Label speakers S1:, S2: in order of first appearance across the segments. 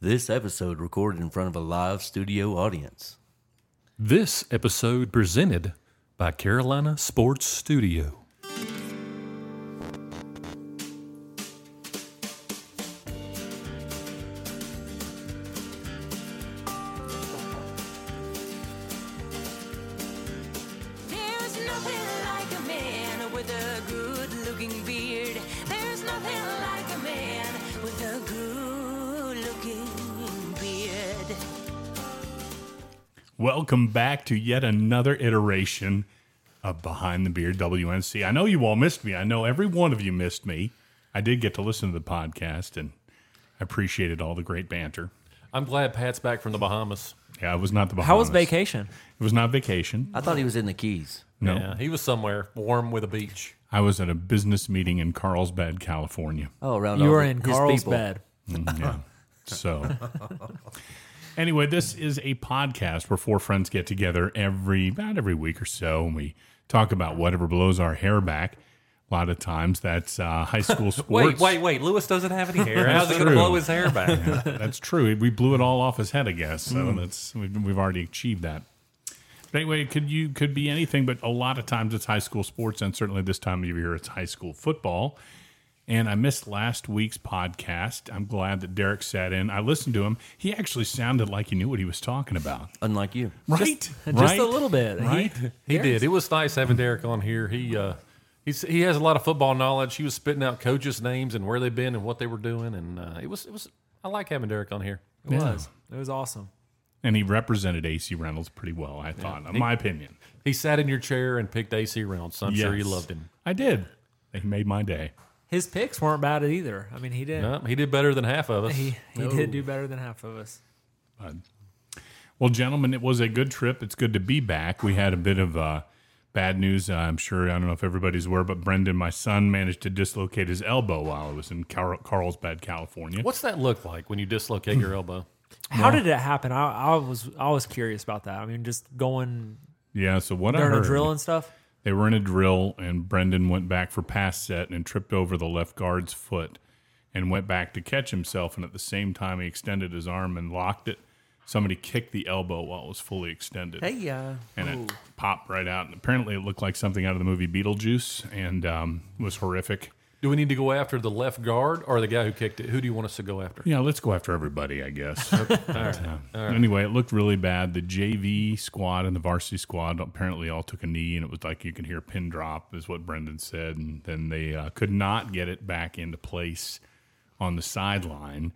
S1: This episode recorded in front of a live studio audience.
S2: This episode presented by Carolina Sports Studio.
S3: There's nothing like a man with a good looking beard. There's nothing like a man with a good looking beard.
S4: Welcome back to yet another iteration of Behind the Beard WNC. I know you all missed me. I know every one of you missed me. I did get to listen to the podcast and I appreciated all the great banter.
S2: I'm glad Pat's back from the Bahamas.
S4: Yeah, it was not the Bahamas.
S5: How was vacation?
S4: It was not vacation.
S1: I thought he was in the Keys.
S4: No.
S2: Yeah, he was somewhere warm with a beach.
S4: I was at a business meeting in Carlsbad, California.
S1: Oh, around
S5: You
S1: all
S5: were
S1: the-
S5: in
S1: his people.
S5: Carlsbad.
S4: Yeah. So, anyway, this is a podcast where four friends get together every about every week or so, and we talk about whatever blows our hair back. A lot of times, that's uh, high school sports.
S2: Wait, wait, wait. Lewis doesn't have any hair. How's he going to
S4: true.
S2: blow his hair back?
S4: That's true. We blew it all off his head, I guess. So
S5: Hmm.
S4: that's we've, we've already achieved that. But anyway, it could you could be anything, but a lot of times it's high school sports, and certainly this time of year it's high school football. And I missed last week's podcast. I'm glad that Derek sat in. I listened to him. He actually sounded like he knew what he was talking about.
S1: Unlike you.
S4: Right?
S5: Just
S4: right?
S5: a little bit. He-
S4: Right?
S2: he did. It was nice having Derek on here. He uh, he's, he has a lot of football knowledge. He was spitting out coaches' names and where they've been and what they were doing, and uh, it was it was. I like having Derek on here.
S5: It was. It was awesome.
S4: And he represented AC Reynolds pretty well, I thought, in my opinion.
S2: He sat in your chair and picked AC Reynolds. So I'm sure you
S4: Yes.
S2: loved him.
S4: I did. He made my day.
S5: His picks weren't bad either. I mean, he did.
S2: Yeah, he did better than half of us.
S5: He, he did do better than half of us.
S4: Well, gentlemen, it was a good trip. It's good to be back. We had a bit of uh, bad news. Uh, I'm sure I don't know if everybody's aware, but Brendan, my son, managed to dislocate his elbow while I was in Car- Carlsbad, California.
S2: What's that look like when you dislocate your elbow?
S5: How did it happen? I, I was I was curious about that. I mean, just going
S4: Yeah. So what I
S5: during
S4: heard,
S5: a drill and stuff.
S4: they were in a drill, and Brendan went back for pass set and tripped over the left guard's foot, and went back to catch himself, and at the same time he extended his arm and locked it. Somebody kicked the elbow while it was fully extended.
S1: Hey, uh,
S4: and it popped right out. And apparently, it looked like something out of the movie Beetlejuice, and um, was horrific.
S2: Do we need to go after the left guard or the guy who kicked it? Who do you want us to go after?
S4: Yeah, let's go after everybody, I guess. Yeah. Anyway, it looked really bad. The JV squad and the varsity squad apparently all took a knee, and it was like you could hear a pin drop, is what Brendan said. And then they uh, could not get it back into place on the sideline.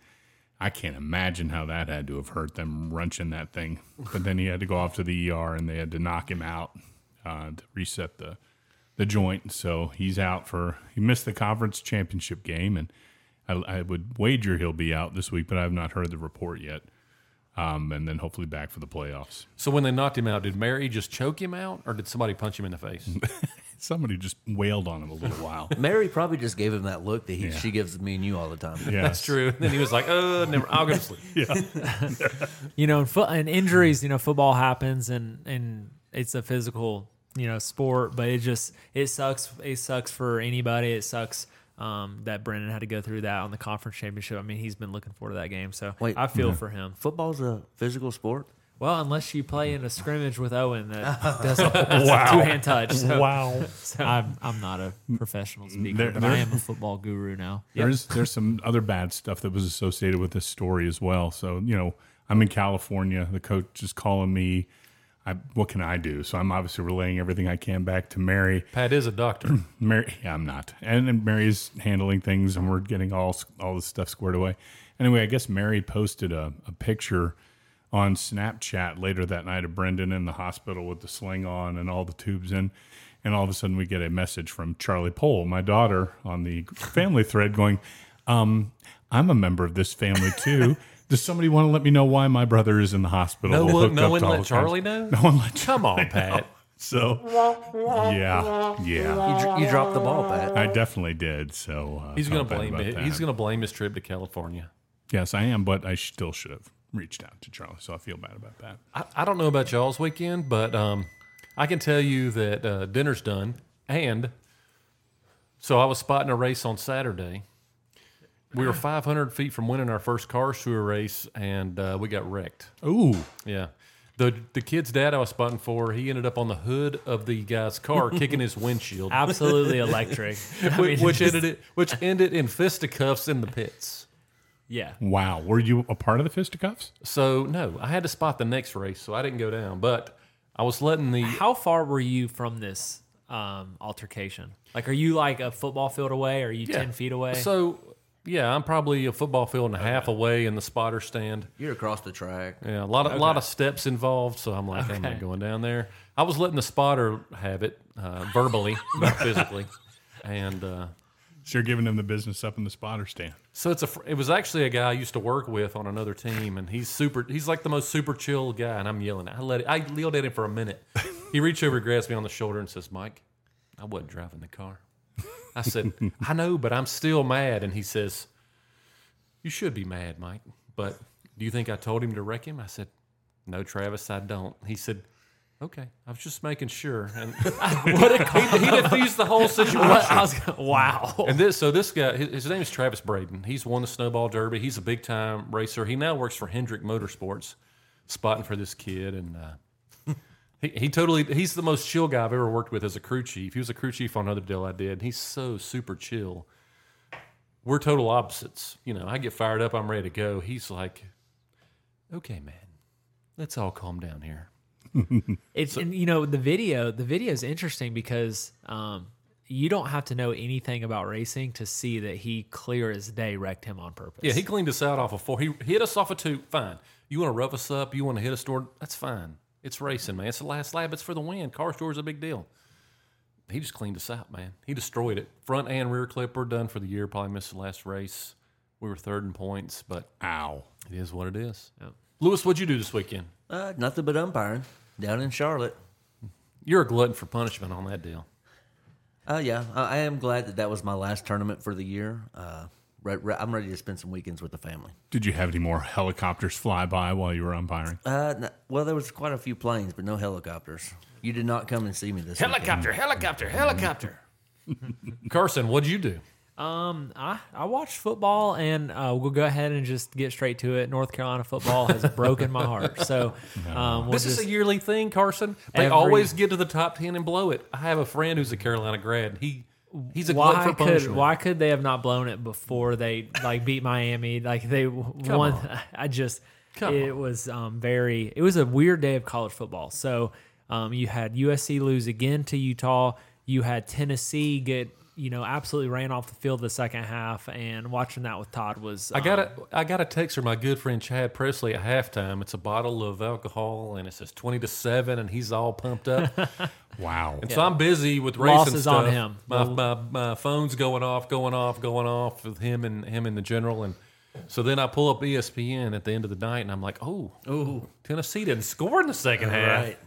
S4: I can't imagine how that had to have hurt them wrenching that thing. But then he had to go off to the ER, and they had to knock him out uh, to reset the the joint. So he's out for he missed the conference championship game, and I, I would wager he'll be out this week, but I've not heard the report yet. Um, and then hopefully back for the playoffs.
S2: So when they knocked him out, did Mary just choke him out or did somebody punch him in the face?
S4: Somebody just wailed on him a little while.
S1: Mary probably just gave him that look that he, she gives me and you all the time.
S4: Yes.
S2: That's true. And then he was like, oh, never, I'll go to sleep.
S5: You know, and, fo- and injuries. You know, football happens, and and it's a physical you know sport, but it just it sucks. It sucks for anybody. It sucks. Um, that Brendan had to go through that on the conference championship. I mean, he's been looking forward to that game, so
S1: Wait.
S5: I feel for him.
S1: Football's a physical sport.
S5: Well, unless you play in a scrimmage with Owen, that that's a, that's a two-hand touch. So,
S4: Wow.
S5: so I'm, I'm not a professional speaker,
S4: There-
S5: but
S4: there-
S5: I am a football guru now.
S4: There's there's some other bad stuff that was associated with this story as well. So you know, I'm in California. The coach is calling me. I, what can I do? So I'm obviously relaying everything I can back to Mary.
S2: Pat is a doctor.
S4: Mary, yeah, I'm not. And, and Mary's handling things, and we're getting all all this stuff squared away. Anyway, I guess Mary posted a, a picture on Snapchat later that night of Brendan in the hospital with the sling on and all the tubes in. And all of a sudden, we get a message from Charlie Pole, my daughter, on the family thread going, um, I'm a member of this family too. Does somebody want to let me know why my brother is in the hospital?
S2: No one,
S4: hooked
S2: no
S4: up
S2: one
S4: to all
S2: let
S4: kinds of-
S2: Charlie know?
S4: No one let
S2: Come on,
S4: Charlie know.
S2: Pat.
S4: So, yeah, yeah.
S1: You, dr- you dropped the ball, Pat.
S4: I definitely did. So uh,
S2: He's going
S4: felt
S2: to
S4: bad
S2: blame
S4: about
S2: it.
S4: that.
S2: He's going to blame his trip to California.
S4: Yes, I am, but I still should have reached out to Charlie. So I feel bad about that.
S2: I, I don't know about y'all's weekend, but um, I can tell you that uh, dinner's done. And so I was spotting a race on Saturday. We were 500 feet from winning our first car sewer race, and uh, we got wrecked.
S4: Ooh,
S2: Yeah. The, the kid's dad I was spotting for, he ended up on the hood of the guy's car, kicking his windshield,
S5: Absolutely electric. I
S2: which,
S5: mean,
S2: which
S5: just-
S2: ended it, which ended in fisticuffs in the pits.
S5: Yeah.
S4: wow. Were you a part of the fisticuffs?
S2: So no, I had to spot the next race, so I didn't go down. But I was letting the
S5: How far were you from this um, altercation? Like, are you like a football field away? Are you
S2: Yeah.
S5: ten feet away?
S2: So yeah, I'm probably a football field and a half away in the spotter stand.
S1: You're across the track.
S2: Yeah, a lot of lot of steps involved, so I'm like, I'm not going down there. I was letting the spotter have it uh, verbally, not physically, and uh,
S4: So you're giving them the business up in the spotter stand.
S2: so it's a. fr- It was actually a guy I used to work with on another team, and he's super. He's like the most super chill guy, and I'm yelling. I let it, I yelled at him for a minute. He reached over, grabs me on the shoulder, and says, "Mike, I wasn't driving the car." I said, "I know, but I'm still mad." And he says, "You should be mad, Mike. But do you think I told him to wreck him?" I said, "No, Travis, I don't." He said. Okay, I was just making sure, and what a, he, he defused the whole situation.
S5: What? I was gonna- wow.
S2: And this, so this guy, his, his name is Travis Braden. He's won the Snowball Derby. He's a big time racer. He now works for Hendrick Motorsports, spotting for this kid. And uh, he, he totally, he's the most chill guy I've ever worked with as a crew chief. He was a crew chief on another deal I did. And he's so super chill. We're total opposites. You know, I get fired up. I'm ready to go. He's like, okay, man, let's all calm down here.
S5: It's and, you know the video. The video is interesting because um, you don't have to know anything about racing to see that he clear as day wrecked him on purpose.
S2: Yeah, he cleaned us out off of four. He hit us off a two. Fine. You want to rough us up? You want to hit us toward? That's fine. It's racing, man. It's the last lap. It's for the win. Car store's a big deal. He just cleaned us out, man. He destroyed it. Front and rear clip were done for the year. Probably missed the last race. We were third in points, but
S4: Ow.
S2: it is what it is. Lewis, what'd you do this weekend?
S1: Uh, nothing but umpiring down in Charlotte.
S2: You're a glutton for punishment on that deal.
S1: Uh, yeah, I, I am glad that that was my last tournament for the year. Uh, re- re- I'm ready to spend some weekends with the family.
S4: Did you have any more helicopters fly by while you were umpiring?
S1: Uh, n well, there was quite a few planes, but no helicopters. You did not come and see me this weekend.
S2: helicopter, helicopter. Carson, what'd you do?
S5: Um, I, I watched football, and uh, we'll go ahead and just get straight to it. North Carolina football has broken my heart. So um, we'll
S2: This
S5: just,
S2: is a yearly thing, Carson. They
S5: Every-
S2: always get to the top ten and blow it. I have a friend who's a Carolina grad. He he's a
S5: why
S2: why for
S5: could
S2: punishment.
S5: why could they have not blown it before they like beat Miami? Like they w- won.
S2: on.
S5: I just
S2: Come
S5: it was um, very it was a weird day of college football. So um, you had USC lose again to Utah. You had Tennessee get you know absolutely ran off the field the second half, and watching that with Todd was
S2: I got a I got a text from my good friend Chad Presley at halftime. It's a bottle of alcohol and it says twenty to seven, and he's all pumped up.
S4: Wow.
S2: And so I'm busy with racing
S5: Loss is
S2: stuff.
S5: on him.
S2: My, my, my phone's going off, going off, going off with him and him and the general. And so then I pull up E ESPN at the end of the night, and I'm like, oh,
S1: Ooh.
S2: Tennessee didn't score in the second half.
S1: Right.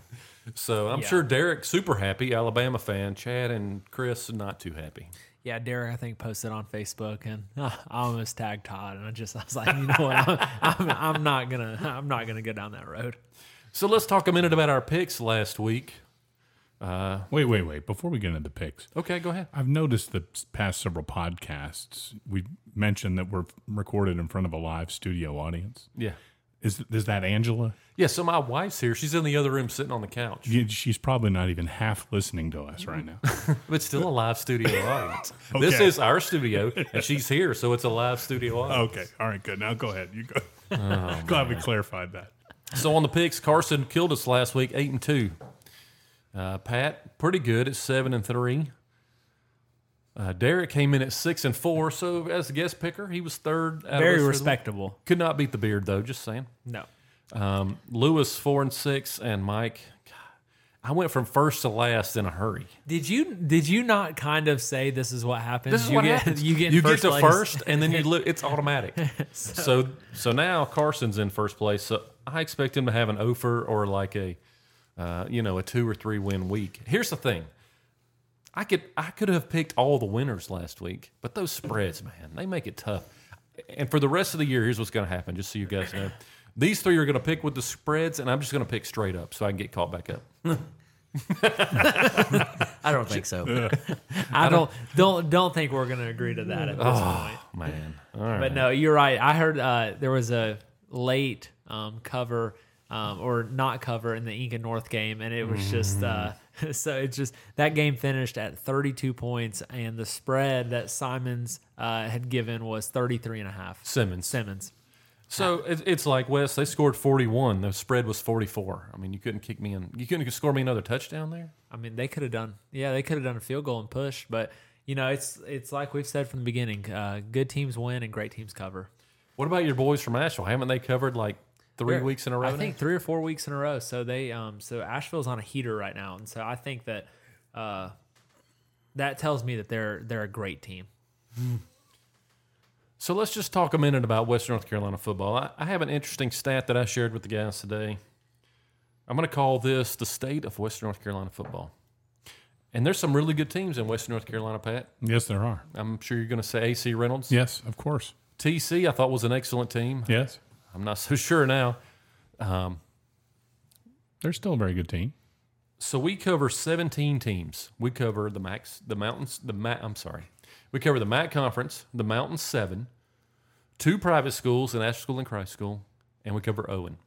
S2: So I'm sure Derek's super happy, Alabama fan. Chad and Chris not too happy.
S5: Yeah, Derek, I think posted on Facebook, and uh, I almost tagged Todd, and I just I was like, you know what, I'm, I'm, I'm not gonna I'm not gonna go down that road.
S2: So let's talk a minute about our picks last week.
S4: Wait, wait, wait. Before we get into the picks,
S2: Okay, go ahead.
S4: I've noticed the past several podcasts we've mentioned that we're recorded in front of a live studio audience.
S2: Yeah.
S4: Is is that Angela?
S2: Yeah, so my wife's here. She's in the other room sitting on the couch.
S4: Yeah, She's probably not even half listening to us right now.
S2: But it's still a live studio audience. This
S4: Okay.
S2: is our studio, and she's here, so it's a live studio audience.
S4: okay. All right. Good. Now go ahead. You go.
S2: Oh,
S4: Glad we clarified that.
S2: So on the picks, Carson killed us last week, eight and two. Uh, Pat, pretty good at seven and three. Uh, Derek came in at six and four, so as a guest picker, he was third. out of us
S5: Very
S2: for the-
S5: respectable.
S2: Could not beat the beard though. Just saying.
S5: No,
S2: Um, Lewis four and six, and Mike. God, I went from first to last in a hurry.
S5: did you did you not kind of say this is what happens?
S2: This is
S5: you
S2: what
S5: get,
S2: happens.
S5: You get in
S2: you
S5: first
S2: get to
S5: place.
S2: first, and then you look. It's automatic. so, so now Carson's in first place. So I expect him to have an offer or like a, uh, you know, a two or three win week. Here's the thing. I could I could have picked all the winners last week, but those spreads, man, they make it tough. And for the rest of the year, here's what's going to happen. Just so you guys know, these three are going to pick with the spreads, and I'm just going to pick straight up so I can get caught back up.
S1: I don't think so.
S5: I don't don't don't think we're gonna agree to that at this point.
S2: Man, all right.
S5: But no, you're right. I heard uh, there was a late um, cover um, or not cover in the Inca North game, and it was just uh, so it's just that game finished at 32 points, and the spread that Simons uh, had given was 33 and a half.
S2: Simmons.
S5: Simmons.
S2: So it, it's like Wes. They scored forty-one. The spread was forty-four. I mean, you couldn't kick me in. You couldn't score me another touchdown there.
S5: I mean, they could have done, yeah, they could have done a field goal and push, but you know, it's it's like we've said from the beginning: uh, good teams win and great teams cover.
S2: What about your boys from Asheville? Haven't they covered like 3
S5: They're-
S2: weeks in a row?
S5: I
S2: now?
S5: think three or four weeks in a row. So they, um, so Asheville's on a heater right now, and so I think that, uh, that tells me that they're they're a great team.
S2: So let's just talk a minute about Western North Carolina football. I, I have an interesting stat that I shared with the guys today. I'm going to call this the state of Western North Carolina football. And there's some really good teams in Western North Carolina, Pat.
S4: Yes, there are.
S2: I'm sure you're going to say AC Reynolds.
S4: Yes, of course.
S2: TC, I thought was an excellent team.
S4: Yes,
S2: I'm not so sure now.
S4: they're still a very good team.
S2: So we cover 17 teams. We cover the max, the mountains, the ma- I'm sorry, we cover the MAC conference, the Mountain Seven, two private schools, an Ash School and Christ School, and we cover Owen.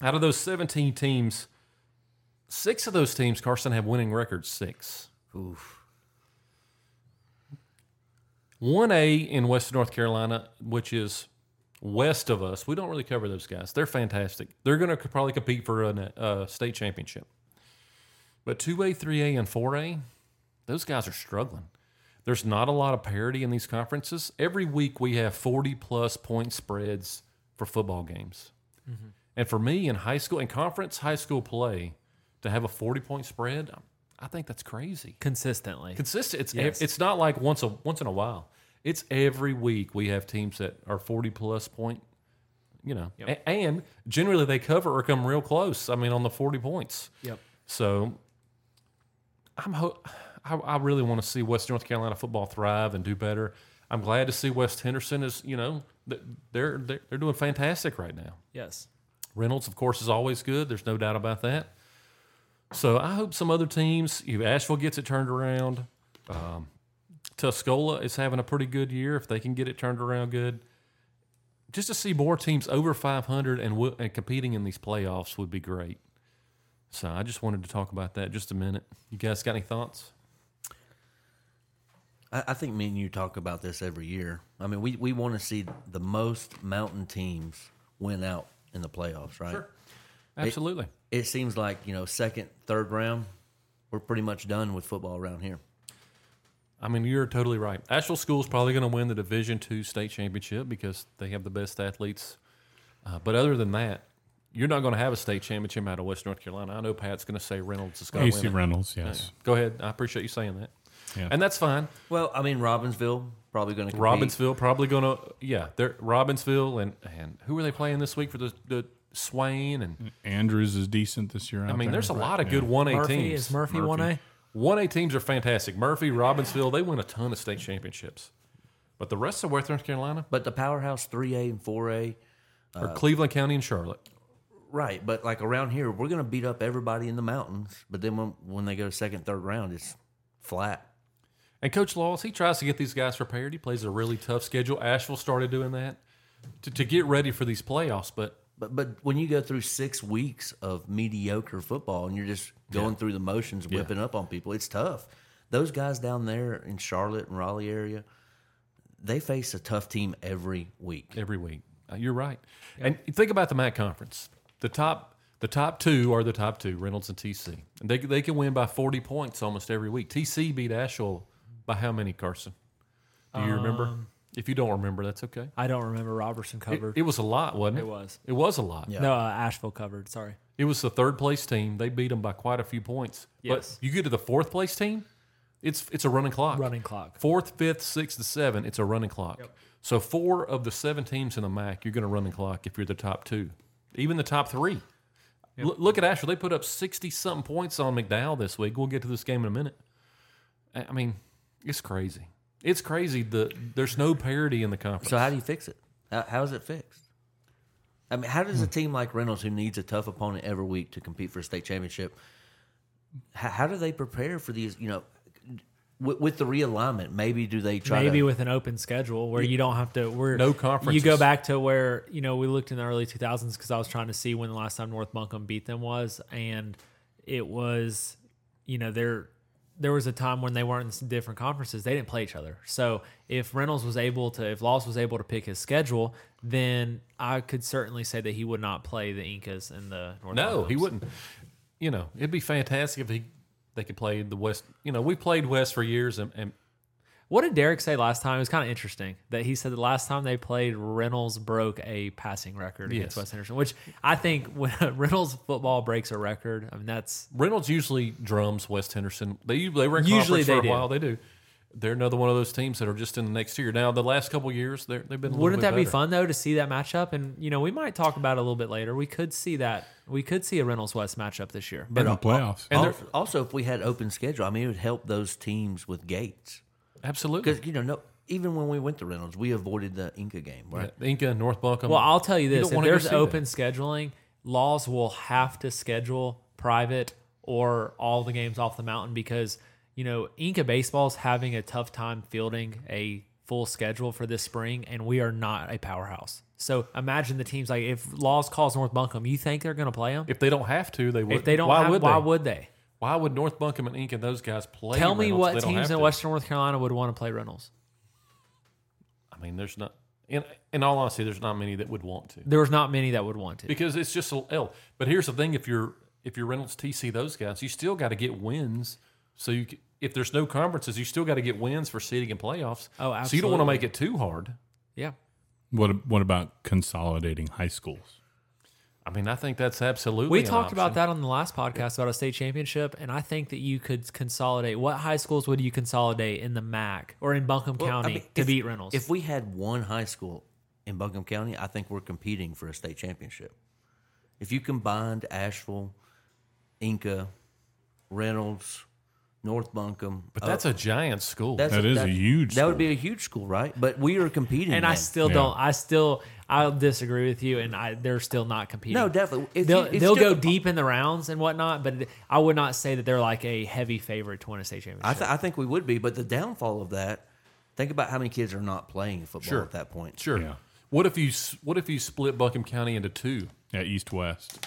S2: Out of those 17 teams, six of those teams Carson have winning records. Six.
S1: Oof.
S2: One A in Western North Carolina, which is west of us. We don't really cover those guys. They're fantastic. They're going to probably compete for a uh, state championship. But two A, three A, and four A, those guys are struggling. There's not a lot of parity in these conferences. Every week we have 40 plus point spreads for football games.
S5: Mm-hmm.
S2: And for me in high school, in conference high school play, to have a 40 point spread, I think that's crazy
S5: Consistently,
S2: consistent. It's
S5: Yes.
S2: it's not like once a once in a while. It's every week we have teams that are forty plus point. You know, A- and generally they cover or come real close. I mean, on the forty points.
S5: Yep.
S2: So I'm ho- I, I really want to see West North Carolina football thrive and do better. I'm glad to see West Henderson is you know th- they're they're, they're doing fantastic right now.
S5: yes.
S2: Reynolds, of course, is always good. There's no doubt about that. So I hope some other teams, if Asheville gets it turned around, um, Tuscola is having a pretty good year if they can get it turned around good. Just to see more teams over 500 and, w- and competing in these playoffs would be great. So I just wanted to talk about that just a minute. You guys got any thoughts?
S1: I, I think me and you talk about this every year. I mean, we, we want to see the most mountain teams win out in the playoffs, right?
S2: Absolutely.
S1: It seems like, you know, second, third round, we're pretty much done with football around here.
S2: I mean, you're totally right. Asheville School is probably going to win the Division two state championship because they have the best athletes. Uh, but other than that, you're not going to have a state championship out of West North Carolina. I know Pat's going to say Reynolds is going to
S4: AC
S2: win. it.
S4: Reynolds, yes.
S2: Go ahead. I appreciate you saying that.
S4: Yeah.
S2: And that's fine.
S1: Well, I mean, Robbinsville probably going to
S2: Robbinsville probably going to yeah. They're Robbinsville and and who are they playing this week for the the Swain and
S4: Andrews is decent this year.
S2: I mean there's a lot of good one A
S5: Murphy
S2: teams.
S5: is Murphy one A.
S2: One A teams are fantastic. Murphy, Robbinsville, they win a ton of state championships. But the rest of West North Carolina,
S1: But the powerhouse 3A and 4A,
S5: Uh,
S2: or Cleveland County and Charlotte.
S1: right? But like around here, we're going to beat up everybody in the mountains. But then when, when they go second, third round, it's flat.
S2: And Coach Laws, he tries to get these guys prepared. He plays a really tough schedule. Asheville started doing that to, to get ready for these playoffs. But
S1: But but when you go through six weeks of mediocre football and you're just going through the motions, whipping up on people, it's tough. Those guys down there in Charlotte and Raleigh area, they face a tough team every week.
S2: every week, uh, you're right. And think about the MAC conference. The top, the top two are the top two, Reynolds and TC. And they they can win by 40 points almost every week. TC beat Asheville by how many, Carson? Do you remember? If you don't remember, that's okay.
S5: Um, I don't remember Robertson
S2: It,
S5: covered.
S2: it was a lot, wasn't it?
S5: It was.
S2: It was a lot.
S1: Yeah.
S5: no, uh, Asheville covered. Sorry.
S2: It was the third place team. They beat them by quite a few points.
S5: Yes.
S2: But you get to the fourth place team, it's it's a running clock.
S5: Running clock.
S2: Fourth, fifth, sixth, and seven, it's a running clock. So four of the seven teams in the MAC, you're going to run the clock if you're the top two, even the top three. L- look at Asheville; they put up sixty something points on McDowell this week. We'll get to this game in a minute. I I mean, it's crazy. It's crazy. The there's no parity in the conference.
S1: So how do you fix it? How, how is it fixed? I mean, how does a team like Reynolds, who needs a tough opponent every week to compete for a state championship, how, how do they prepare for these? You know, with, with the realignment, maybe do they try?
S5: maybe
S1: to,
S5: with an open schedule where you don't have to where
S2: No conferences.
S5: You go back to where you know we looked in the early 2000s because I was trying to see when the last time North Buncombe beat them was, and it was you know there there was a time when they weren't in different conferences they didn't play each other so if reynolds was able to if laws was able to pick his schedule then i could certainly say that he would not play the incas and the north
S2: No, he
S5: Buncombes.
S2: wouldn't. You know, it'd be fantastic if he they could play the West. You know, we played West for years, and, and
S5: What did Derek say last time? It was kind of interesting that he said the last time they played, Reynolds broke a passing record
S2: Yes.
S5: against West Henderson, which I think when Reynolds football breaks a record, I mean that's
S2: Reynolds usually drums West Henderson. They they were in
S5: Usually
S2: usually
S5: they
S2: for a
S5: do.
S2: while. They do. They're another one of those teams that are just in the next year. Now, the last couple of years, they're, they've been. A little
S5: wouldn't
S2: bit
S5: that be
S2: better.
S5: fun though to see that matchup? And you know we might talk about it a little bit later. We could see that we could see a Reynolds West matchup this year.
S4: in the playoffs.
S2: And
S1: also, also, if we had open schedule, I mean, it would help those teams with gates
S2: Absolutely.
S1: because you know, no, even when we went to Reynolds, we avoided the Inca game, right?
S2: Yeah, Inca, North Buncombe.
S5: Well, I'll tell you
S2: don't
S5: this: if
S2: wanna go
S5: there's
S2: see that.
S5: open scheduling, Laws will have to schedule private or all the games off the mountain because you know Inca baseball's having a tough time fielding a full schedule for this spring, and we are not a powerhouse. So imagine the teams like if Laws calls North Buncombe, you think they're going to play them? If,
S2: If they don't have to, they would.
S5: they don't,
S2: why
S5: have-
S2: would
S5: why
S2: they?
S5: would they?
S2: Why would North Buncombe and Inca and those guys play?
S5: Tell me
S2: Reynolds if
S5: what
S2: they don't
S5: teams
S2: have
S5: in
S2: to?
S5: Western North Carolina would want to play Reynolds.
S2: I mean, there's not. In, in all honesty, there's not many that would want to
S5: There was not many that would want to.
S2: because it's just a L. But here's the thing: if you're if you're Reynolds TC those guys, you still got to get wins. So you c- if there's no conferences, you still got to get wins for seeding and playoffs.
S5: Oh,
S2: So you don't want to
S5: absolutely.
S2: make it too hard.
S5: Yeah.
S4: What what about consolidating high schools?
S2: I mean, I think that's absolutely.
S5: We
S2: an
S5: talked about
S2: option.
S5: that on the last podcast about a state championship, and I think that you could consolidate. What high schools would you consolidate in the MAC or in Buncombe
S1: Well, I
S5: County
S1: mean,
S5: to
S1: if-
S5: beat Reynolds?
S1: If we had one high school in Buncombe County, I think we're competing for a state championship. If you combined Asheville, Inca, Reynolds, North Buncombe, uh,
S2: But that's a giant school.
S4: That is a huge
S1: That would be a huge school, right? But we are competing.
S5: and I
S1: then.
S5: still don't. I still I desagree with you, and I they're still not competing.
S1: no definitely if
S5: They'll,
S1: you- it's
S5: they'll
S1: still-
S5: go deep in the rounds and whatnot, but it- I would not say that they're like a heavy favorite to win a state championship.
S1: I, th- I think we would be, but the downfall of that. Think about how many kids are not playing football
S2: Sure.
S1: at that point.
S2: sure.
S4: Yeah.
S2: What if you s- What if you split Buckham County into two?
S4: Yeah, East West.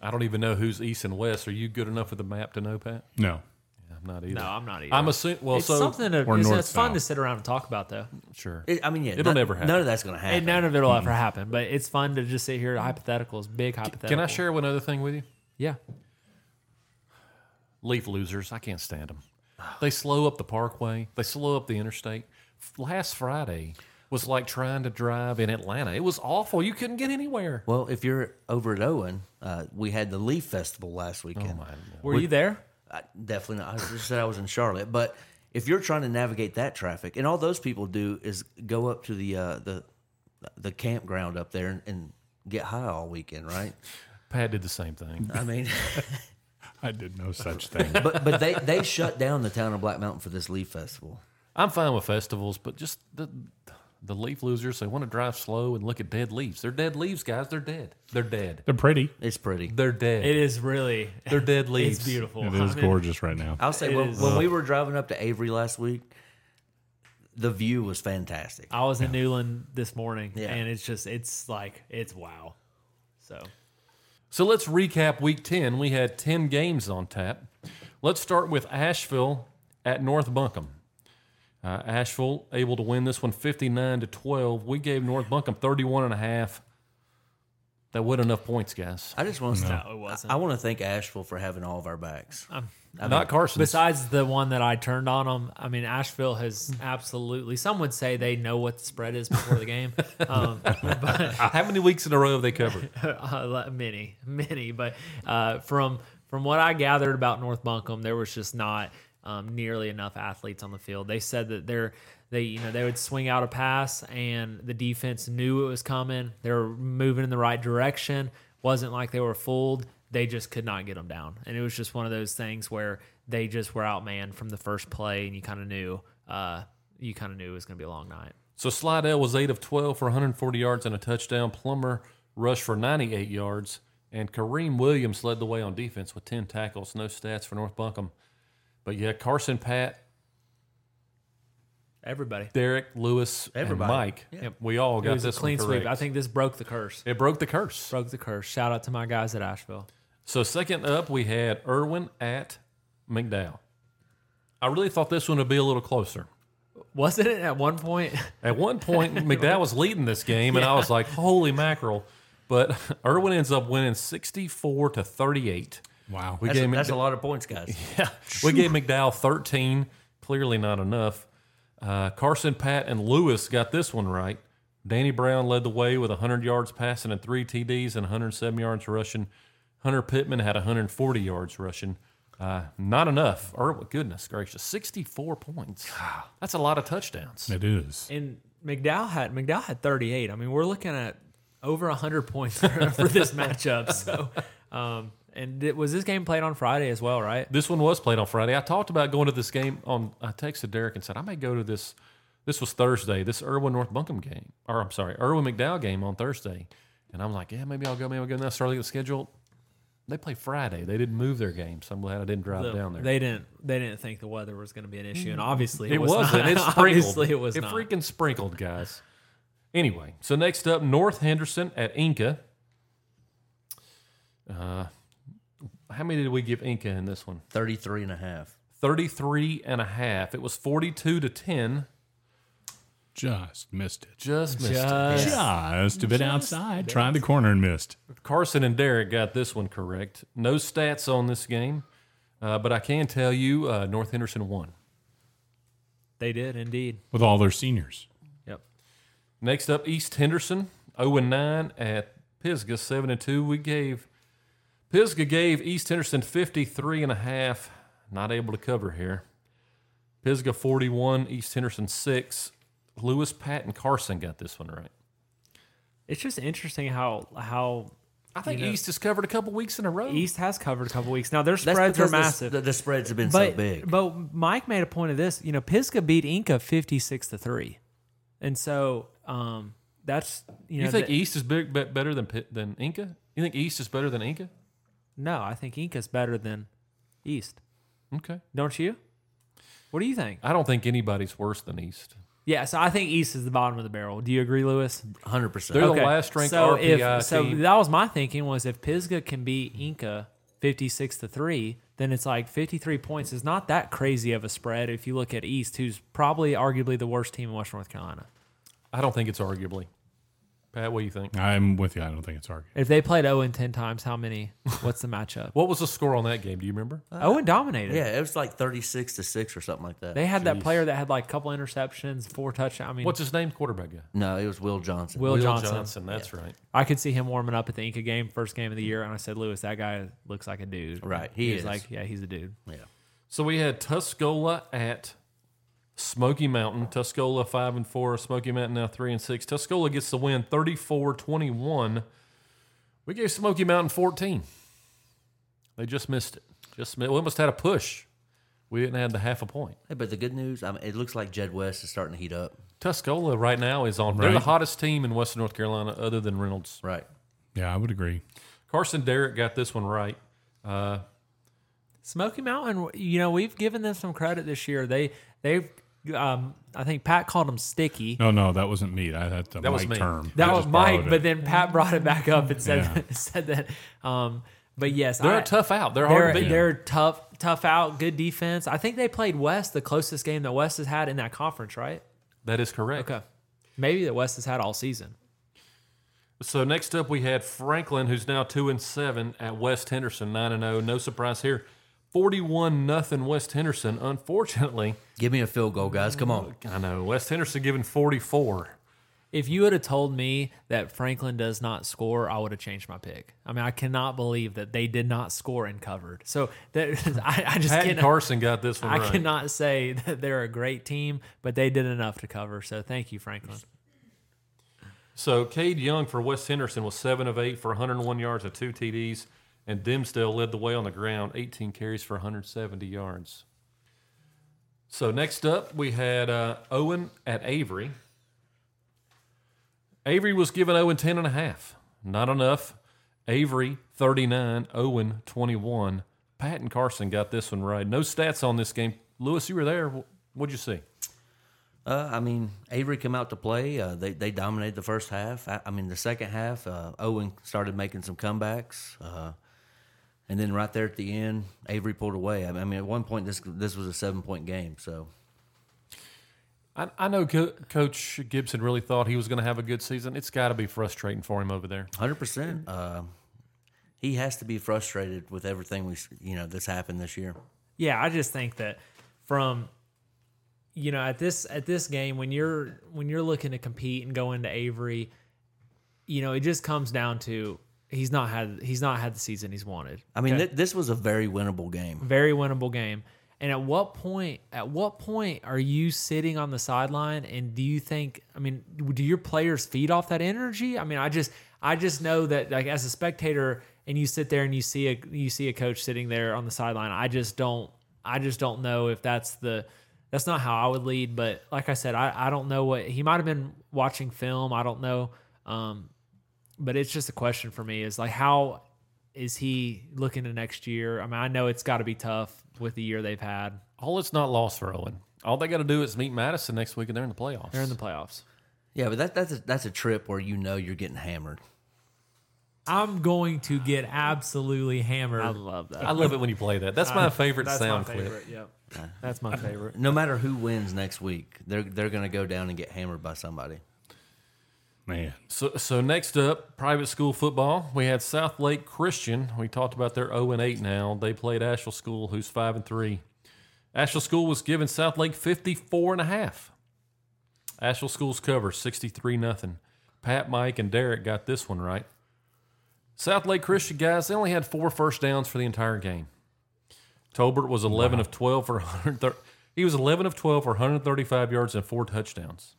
S2: I don't even know who's east and west. Are you good enough with the map to know, Pat?
S4: No,
S2: Yeah, I'm not either.
S5: no, I'm not either.
S2: I'm assuming. Well,
S5: it's
S2: so
S5: something to,
S4: or
S5: it's,
S4: north,
S5: it's fun to
S4: south.
S5: sit around and talk about though.
S2: sure.
S1: It- I mean, yeah,
S2: It'll
S1: none-
S2: never happen.
S1: None of that's going to happen.
S5: And none of it'll ever
S1: Mm.
S5: happen, but it's fun to just sit here hypotheticals, big hypotheticals.
S2: Can I share one other thing with you?
S5: Yeah.
S2: Leaf losers. I can't stand them. They slow up the parkway. They slow up the interstate. F- Last Friday was like trying to drive in Atlanta. It was awful. You couldn't get anywhere.
S1: Well, if you're over at Owen, uh, we had the Leaf Festival
S2: Oh,
S1: last weekend.
S5: Were you there?
S1: I, definitely not. I just said I was in Charlotte, but if you're trying to navigate that traffic, and all those people do is go up to the uh, the the campground up there and, and get high all weekend, right?
S2: Pat did the same thing.
S1: I mean,
S4: I did no such thing.
S1: but but they they shut down the town of Black Mountain for this Leaf Festival.
S2: I'm fine with festivals, but just the the leaf losers. They want to drive slow and look at dead leaves. They're dead leaves, guys. They're dead. They're dead.
S4: They're pretty.
S1: It's pretty.
S2: They're dead.
S5: It is really
S2: They're dead leaves.
S5: it's beautiful.
S4: It
S5: I
S4: is
S5: mean,
S4: gorgeous right now.
S1: I'll say when, when we were driving up to Avery last week, the view was fantastic.
S5: I was in Newland this morning,
S1: Yeah.
S5: and it's just it's like it's wow. So
S2: So let's recap week 10. We had 10 games on tap. Let's start with Asheville at North Buncombe. Uh, Asheville able to win this one 59 to 12. We gave North Buncombe 31 and a half. That wasn't enough points, guys.
S1: I just want to
S5: it wasn't.
S1: I, want to thank Asheville for having all of our backs.
S2: Not Carson.
S5: besides the one that I turned on them, I mean Asheville has absolutely. Some would say they know what the spread is before the game. Um,
S2: How many weeks in a row have they covered?
S5: uh, many, many, but uh, from from what I gathered about North Buncombe, there was just not um, nearly enough athletes on the field. They said that they're they you know they would swing out a pass and the defense knew it was coming. They were moving in the right direction. wasn't like they were fooled. They just could not get them down, and it was just one of those things where they just were outmanned from the first play, and you kind of knew uh, you kind of knew it was going to be a long night.
S2: So Slidell was 8 of 12 for 140 yards and a touchdown. Plummer rushed for 98 yards. And Kareem Williams led the way on defense with 10 tackles, no stats for North Buncombe. But yeah, Carson Pat,
S5: Everybody.
S2: Derek, Lewis,
S1: Everybody.
S2: and Mike.
S5: Yep.
S2: We all
S5: It
S2: got
S5: was a
S2: this
S5: clean
S2: one
S5: sweep.
S2: correct.
S5: I think this broke the curse.
S2: it broke the curse.
S5: Broke the curse. Shout out to my guys at Asheville.
S2: So second up, we had Irwin at McDowell. I really thought this one would be a little closer.
S5: Wasn't it at one point?
S2: At one point, McDowell was leading this game, and I was like, "Holy mackerel!" But Irwin ends up winning sixty-four to thirty-eight.
S4: Wow.
S2: We
S1: That's,
S2: gave
S1: a,
S2: McDowell,
S1: that's a lot of points, guys.
S2: yeah, we gave McDowell thirteen. Clearly not enough. Uh, Carson, Pat, and Lewis got this one right. Danny Brown led the way with 100 yards passing and three TDs and 107 yards rushing. Hunter Pittman had 140 yards rushing. Uh, not enough. Irwin, goodness gracious, 64 points. That's a lot of touchdowns.
S4: It is.
S5: And McDowell had McDowell had 38. I mean, we're looking at over 100 points for this matchup. So, um, and it, was this game played on Friday as well, right?
S2: This one was played on Friday. I talked about going to this game on. I texted Derek and said I may go to this. This was Thursday. This Irwin North Buncombe game, or I'm sorry, Irwin McDowell game on Thursday, and I'm like, yeah, maybe I'll go. Maybe I'll go. And that's early in the schedule. They play Friday. They didn't move their game, so I'm glad I didn't drive
S5: The-
S2: down there.
S5: They didn't. They didn't think the weather was going to be an issue, and obviously it,
S2: it
S5: was
S2: wasn't.
S5: Not.
S2: It sprinkled.
S5: obviously it was
S2: It
S5: not.
S2: freaking sprinkled, guys. Anyway, so next up, North Henderson at Inca. Uh, how many did we give Inca in this one?
S1: 33 and a half.
S2: 33 and a half. It was 42 to 10.
S4: Just missed it.
S2: Just missed. it.
S5: Just-
S4: Just a bit outside. Tried the corner and missed.
S2: Carson and Derek got this one correct. No stats on this game, uh, but I can tell you uh, North Henderson won.
S5: they did indeed.
S4: With all their seniors.
S5: Yep.
S2: Next up, East Henderson, 0 and 9 at Pisgah, 7 and 2. We gave Pisgah gave East Henderson 53 and a half. Not able to cover here. Pisgah 41, East Henderson 6. Lewis, Pat, and Carson got this one right.
S5: It's just interesting how how
S2: I think
S5: You know-
S2: East has covered a couple weeks in a row.
S5: East has covered a couple weeks now. Their
S1: That's
S5: spreads are
S1: because the s-
S5: massive.
S1: The, the spreads have been
S5: but,
S1: so big.
S5: But Mike made a point of this. You know, Pisgah beat Inca fifty six to three, and so um, that's you know
S2: You think E-
S5: the-
S2: East is big, be, better than Pit- than Inca? You think East is better than Inca?
S5: no, I think Inca's better than East.
S2: Okay.
S5: Don't you? What do you think?
S2: I don't think anybody's worse than East.
S5: Yeah, so I think East is the bottom of the barrel. Do you agree, Lewis?
S1: 100%.
S2: They're the last ranked
S5: so
S2: RPI
S5: if, So
S2: team.
S5: that was my thinking was if Pisgah can beat Inca fifty six to three, then it's like fifty three points is not that crazy of a spread if you look at East, who's probably arguably the worst team in Western North Carolina.
S2: I don't think it's arguably. Pat, what do you think?
S4: I'm with you. I don't think it's argued.
S5: If they played 0 and 10 times, how many? What's the matchup?
S2: What was the score on that game? Do you remember?
S5: Owen dominated.
S1: yeah, it was like 36 to 6 or something like that.
S5: They had that player that had like a couple interceptions, four touchdowns. I mean,
S2: What's his name? Quarterback guy.
S1: no, it was Will Johnson.
S5: Will, Johnson.
S2: That's right.
S5: I could see him warming up at the Inca game, first game of the year. And I said, Lewis, that guy looks like a dude.
S1: Right, he
S5: was
S1: is.
S5: like, yeah, he's a dude.
S1: yeah.
S2: So we had Tuscola at Smoky Mountain. Tuscola five and four. Smoky Mountain now three and six. Tuscola gets the win 34-21. We gave Smoky Mountain 14. They just missed it. Just mi- we almost had a push. We didn't have the half a point.
S1: Hey, but the good news, I mean, it looks like Jed West is starting to heat up.
S2: Tuscola right now is on. They're the
S4: Right.
S2: hottest team in Western North Carolina, other than Reynolds.
S1: Right.
S4: Yeah, I would agree.
S2: Carson Derrick got this one right. Uh,
S5: Smoky Mountain, you know, we've given them some credit this year. They, they've, um, I think Pat called them sticky.
S4: No, no, that wasn't me. I, that's a
S2: That was
S4: Mike
S2: me.
S4: term. I
S5: That was
S4: just
S5: Mike,
S4: borrowed
S5: but
S4: it.
S5: then Pat brought it back up and said,
S4: Yeah.
S5: said that. Um, but yes,
S2: they're
S5: I-
S2: a tough out. They're
S5: They're
S2: hard to beat.
S5: they're tough tough out, good defense. I think they played West the closest game that West has had in that conference, right?
S2: That is correct.
S5: Okay, maybe that West has had all season.
S2: So next up, we had Franklin, who's now two and seven at West Henderson, nine and zero. No surprise here. Forty-one nothing West Henderson. Unfortunately,
S1: Give me a field goal, guys. Come on.
S2: I know West Henderson giving forty-four.
S5: If you would have told me that Franklin does not score, I would have changed my pick. I mean, I cannot believe that they did not score and covered. So that I, I just
S2: Pat and
S5: can't.
S2: Carson got this one.
S5: I
S2: right.
S5: cannot say that they're a great team, but they did enough to cover. So thank you, Franklin.
S2: So Cade Young for West Henderson was seven of eight for 101 yards and two TDs, and Dimsdale led the way on the ground, 18 carries for 170 yards. So next up, we had uh, Owen at Avery. Avery was given Owen 10 and a half. Not enough. Avery 39, Owen 21. Patton Carson got this one right. No stats on this game. Lewis, you were there. Wh- What'd you see?
S1: Uh, I mean, Avery come out to play. Uh, they they dominated the first half. I, I mean, the second half, uh, Owen started making some comebacks, uh, and then right there at the end, Avery pulled away. I mean, I mean, at one point, this this was a seven point game. So
S2: I, I know Co- Coach Gibson really thought he was going to have a good season. It's got to be frustrating for him over there.
S1: hundred percent, uh, he has to be frustrated with everything we s- you know that's happened this year.
S5: yeah i just think that from you know at this at this game when you're when you're looking to compete and go into avery you know it just comes down to he's not had he's not had the season he's wanted
S1: I mean, thi- this was a very winnable game.
S5: very winnable game and at what point at what point are you sitting on the sideline and do you think i mean do your players feed off that energy i mean i just i just know that like as a spectator and you sit there and you see a you see a coach sitting there on the sideline i just don't i just don't know if that's the that's not how I would lead. But like I said, I, I don't know what he might have been watching film. I don't know. Um, but it's just a question for me is like, how is he looking to next year? I mean, I know it's got to be tough with the year they've had.
S2: All it's not lost for Owen. All they got to do is meet Madison next week, and they're in the playoffs.
S5: They're in the playoffs.
S1: Yeah, but that that's a, that's a trip where you know you're getting hammered.
S5: I'm going to get absolutely hammered.
S2: I love that. I love it when you play that. That's my favorite
S5: That's
S2: sound
S5: my
S2: clip.
S5: favorite. Yep. That's my favorite.
S1: No matter who wins next week, they're they're going to go down and get hammered by somebody.
S4: Man,
S2: So, so next up, private school football. We had South Lake Christian. We talked about their zero and eight. Now they played Asheville School, who's five and three. Asheville School was giving South Lake 54 and a half. Asheville School's cover 63 nothing. Pat, Mike, and Derek got this one right. South Lake Christian guys, they only had four first downs for the entire game. Tolbert was 11 of 12 for 130. He was 11 of 12 for 135 yards and four touchdowns.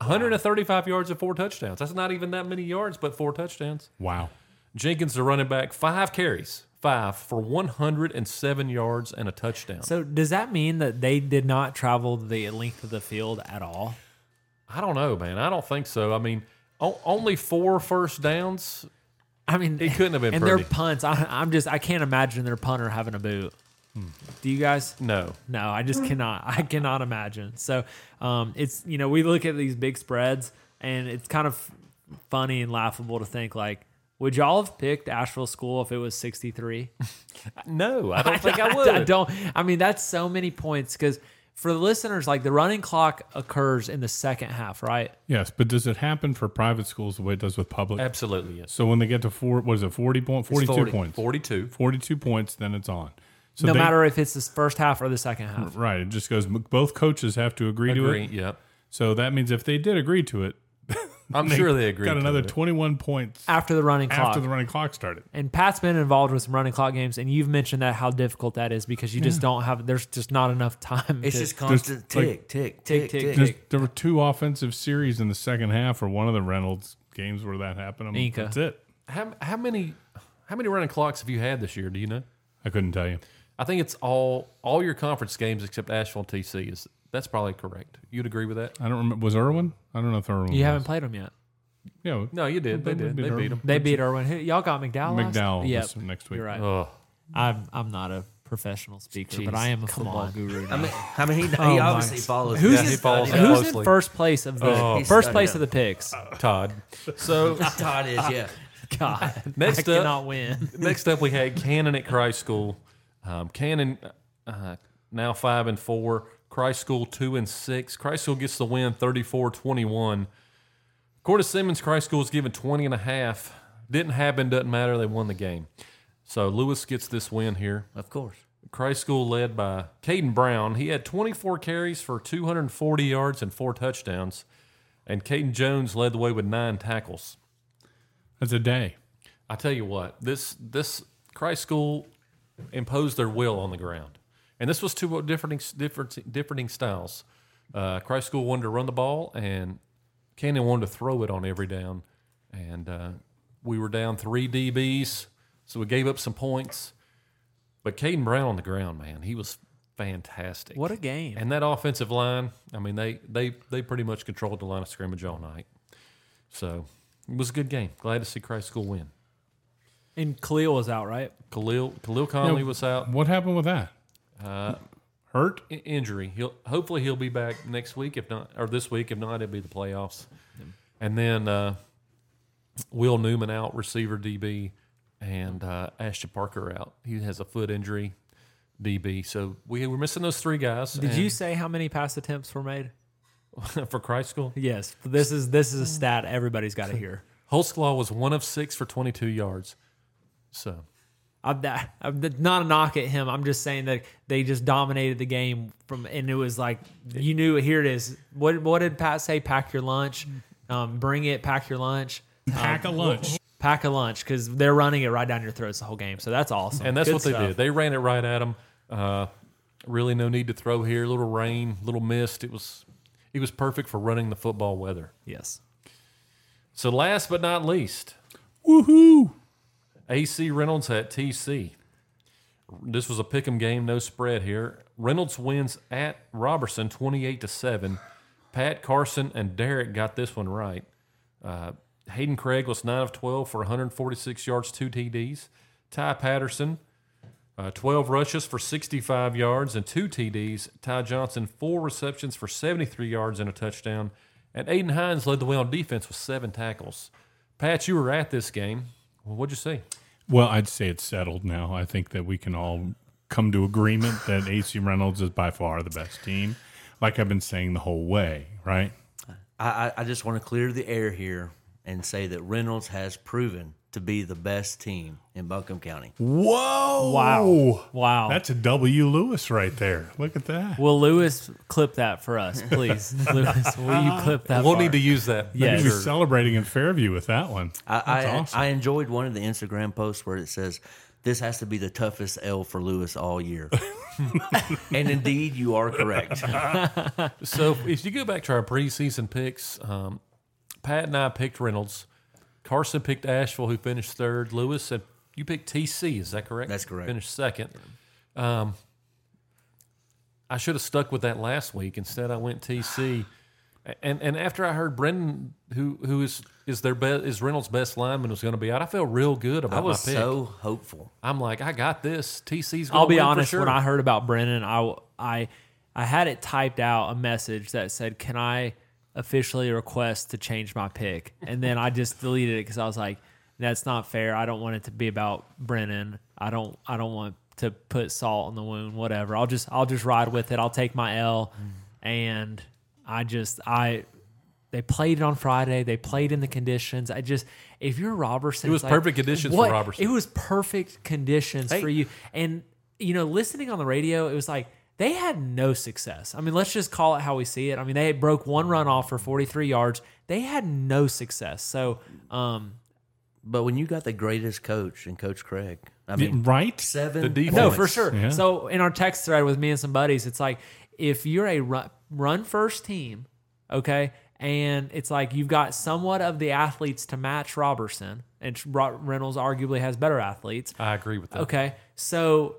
S2: 135 yards and four touchdowns. That's not even that many yards, but four touchdowns.
S4: wow.
S2: Jenkins, the running back, five carries, five for 107 yards and a touchdown.
S5: So does that mean that they did not travel the length of the field at all?
S2: I don't know, man. I don't think so. I mean, o- only four first downs.
S5: I mean,
S2: It couldn't have been
S5: And their
S2: pretty.
S5: punts, I, I'm just, I can't imagine their punter having a boot. Do you guys?
S2: Hmm. No.
S5: No, I just cannot. I cannot imagine. So, um, it's you know we look at these big spreads and it's kind of funny and laughable to think like, would y'all have picked Asheville School if it was 63?
S2: No, I don't think I,
S5: I-
S2: would.
S5: I don't. I mean, that's so many points because for the listeners, like the running clock occurs in the second half, right?
S4: Yes, but does it happen for private schools the way it does with public?
S2: Absolutely, yes.
S4: So when they get to four, what is it, 40 point, 42
S1: 40.
S4: points?
S2: 42.
S4: 42 points, then it's on. So
S5: no
S4: they-
S5: matter if it's the first half or the second half.
S4: Right. It just goes, both coaches have to agree,
S2: Agree,
S4: to it.
S2: yeah.
S4: So that means if they did agree to it,
S2: I'm
S4: they
S2: sure they agree.
S4: got
S2: to
S4: another
S2: it.
S4: 21 points
S5: After the running clock.
S4: after the running clock started.
S5: And Pat's been involved with some running clock games, and you've mentioned that how difficult that is because you just don't have. There's just not enough time.
S1: It's
S5: to-
S1: just constant tick,
S4: like-
S1: tick,
S5: Tick,
S1: tick,
S5: tick,
S1: tick,
S5: tick.
S4: There's, there were two offensive series in the second half or one of the Reynolds games where that happened. I'm,
S5: Inca.
S4: That's it.
S2: How, how many how many running clocks have you had this year? Do you know?
S4: I couldn't tell you.
S2: I think it's all all your conference games except Asheville and TC is that's probably correct. You'd agree with that?
S4: I don't remember. Was Irwin? I don't know if Irwin.
S5: you haven't
S4: was.
S5: played them yet.
S4: Yeah.
S2: No, you did. They
S4: They
S2: did.
S4: beat
S2: They
S4: Irvin.
S2: beat them.
S5: They beat Irwin. Who- Y'all got McDowell. last-
S4: McDowell
S5: Yep.
S4: is next week.
S5: You're right.
S2: Oh,
S5: I'm I'm not a professional speaker, but
S2: Jeez,
S5: I am a
S2: come
S5: football
S2: on.
S5: guru.
S1: I mean, I mean, he, he
S5: my.
S1: obviously follows.
S5: Who's,
S1: this.
S2: he
S5: in-
S2: follows it
S5: who's in
S2: closely.
S5: first place of the
S1: he's
S5: first
S1: studying
S5: place
S1: it.
S5: of the picks?
S2: Todd. So
S1: Todd is, yeah.
S5: God,
S2: Next
S5: I
S2: up-
S5: cannot win.
S2: next up, we had Cannon at Christ School. Um, Cannon uh, now five and four. Christ School two and six. Christ School gets the win 34-21. Cortis Simmons Christ School is given 20 and a half. Didn't happen, doesn't matter. They won the game. So Lewis gets this win here.
S1: Of course.
S2: Christ School led by Caden Brown. He had 24 carries for 240 yards and four touchdowns. And Caden Jones led the way with nine tackles.
S4: That's a day.
S2: I tell you what, this this Christ School imposed their will on the ground, and this was two different different differing styles. Uh, Christ School wanted to run the ball, and Cannon wanted to throw it on every down, and uh, we were down three DBs, so we gave up some points. But Caden Brown on the ground, man, he was fantastic.
S5: What a game.
S2: And that offensive line, I mean, they they they pretty much controlled the line of scrimmage all night. So it was a good game. Glad to see Christ School win.
S5: And Khalil was out, right?
S2: Khalil Khalil Conley was out
S4: What happened with that? Uh, Hurt?
S2: I- injury. He'll hopefully he'll be back next week, if not or this week. If not, it'll be the playoffs. And then uh, Will Newman out, receiver DB, and uh, Ashton Parker out. He has a foot injury, DB. So we we're missing those three guys.
S5: Did you say how many pass attempts were made?
S2: for Christ School?
S5: Yes. This is this is a stat everybody's got to hear.
S2: Holsklaw was one of six for twenty two yards. So
S5: I'm that I'm th- not a knock at him. I'm just saying that they just dominated the game from, and it was like you knew here it is. What what did Pat say? Pack your lunch, um, bring it. Pack your lunch,
S4: Pack a lunch.
S5: pack a lunch because they're running it right down your throats the whole game. So that's awesome.
S2: And that's
S5: Good
S2: what they
S5: stuff.
S2: did. They ran it right at him. Uh, really, no need to throw here. Little rain, little mist. It was, it was perfect for running the football weather.
S5: Yes.
S2: So last but not least,
S4: Woohoo!
S2: AC Reynolds at TC. This was a pick'em game, no spread here. Reynolds wins at Robertson, twenty-eight to seven. Pat Carson and Derek got this one right. Uh, Hayden Craig was nine of twelve for 146 yards, two TDs. Ty Patterson, uh, 12 rushes for 65 yards and two TDs. Ty Johnson, four receptions for 73 yards and a touchdown. And Aiden Hines led the way on defense with seven tackles. Pat, you were at this game. Well, what'd you see?
S4: Well, I'd say it's settled now. I think that we can all come to agreement that AC Reynolds is by far the best team, like I've been saying the whole way, right?
S1: I, I, I just want to clear the air here and say that Reynolds has proven to be the best team in Buncombe County.
S4: Whoa!
S5: Wow. Wow.
S4: That's a W. Lewis right there. Look at that.
S5: Will Lewis clip that for us, please? Lewis, will you clip that?
S2: We'll
S5: part?
S2: need to use that.
S5: Yes.
S4: We'll be celebrating in Fairview with that one.
S1: I, I,
S4: That's awesome.
S1: I enjoyed one of the Instagram posts where it says, "This has to be the toughest L for Lewis all year," and indeed, you are correct.
S2: So if you go back to our preseason picks, um, Pat and I picked Reynolds. Carson picked Asheville, who finished third. Lewis and you picked TC. Is that correct?
S1: That's correct.
S2: Finished second. Um, I should have stuck with that last week. Instead, I went TC. And and after I heard Brendan, who who is is their best is Reynolds' best lineman, was going to be out, I felt real good about
S1: I was
S2: my pick.
S1: so hopeful.
S2: I'm like, I got this. TC's. Gonna
S5: I'll be
S2: win for
S5: honest.
S2: Sure.
S5: When I heard about Brennan, I I I had it typed out a message that said, "Can I officially request to change my pick?" And then I just deleted it because I was like, "That's not fair. I don't want it to be about Brennan. I don't I don't want to put salt in the wound. Whatever. I'll just I'll just ride with it. I'll take my L."
S2: Mm.
S5: And I just I. They played it on Friday. They played in the conditions. I just, if you're Robertson,
S2: It was
S5: it's like,
S2: perfect conditions for
S5: what-
S2: Robertson.
S5: It was perfect conditions for you. And you know, listening on the radio, it was like they had no success. I mean, let's just call it how we see it. I mean, they broke one run off for 43 yards. They had no success. So, um,
S1: But when you got the greatest coach and Coach Craig, I mean,
S4: right?
S1: seven.
S2: The defense.
S5: no,
S2: Points.
S5: for sure.
S4: Yeah.
S5: So, in our text thread with me and some buddies, it's like if you're a run, run first team, okay, and it's like you've got somewhat of the athletes to match Robertson, and Reynolds arguably has better athletes.
S2: I agree with that.
S5: Okay. So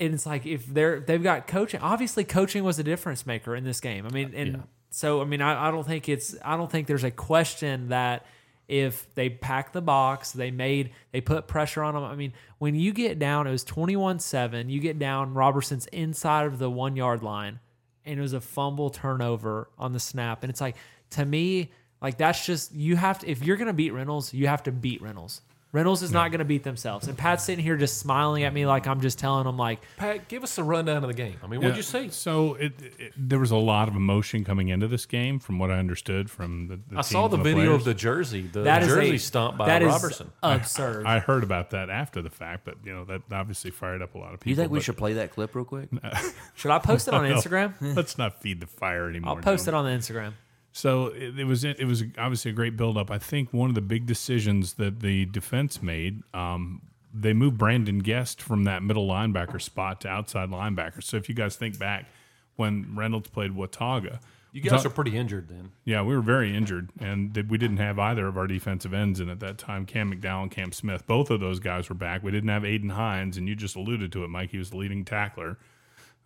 S5: and it's like if they're they've got coaching. Obviously, coaching was a difference maker in this game. I mean, and so I mean, I, I don't think it's I don't think there's a question that if they pack the box, they made they put pressure on them. I mean, when you get down, it was twenty one seven. You get down, Robertson's inside of the one yard line and it was a fumble turnover on the snap. And it's like to me, like that's just you have to if you're gonna beat Reynolds, you have to beat Reynolds. Reynolds is not gonna beat themselves. And Pat's sitting here just smiling at me like I'm just telling him like
S2: Pat, give us a rundown of the game. I mean, what'd you
S4: Yeah.
S2: see?
S4: So it, it, there was a lot of emotion coming into this game, from what I understood from the. the
S2: I saw
S4: teams
S2: the
S4: and
S2: video
S4: players.
S2: of the jersey, the
S5: that is
S2: jersey
S5: a,
S2: stomp by
S5: that is
S2: Robertson.
S5: absurd.
S4: I heard about that after the fact, but you know that obviously fired up a lot of people.
S1: you think we
S4: but Uh, oh,
S1: should play that clip real quick?
S5: Should I post it on Instagram?
S4: Let's not feed the fire anymore.
S5: I'll post
S4: gentlemen.
S5: it on the Instagram.
S4: So it, it was it was obviously a great buildup. I think one of the big decisions that the defense made, um, they moved Brandon Guest from that middle linebacker spot to outside linebacker. So if you guys think back when Reynolds played Wataga,
S2: You guys are pretty injured then.
S4: yeah, we were very injured, and that we didn't have either of our defensive ends in at that time. Cam McDowell and Cam Smith, both of those guys were back. We didn't have Aiden Hines, and you just alluded to it, Mike. He was the leading tackler.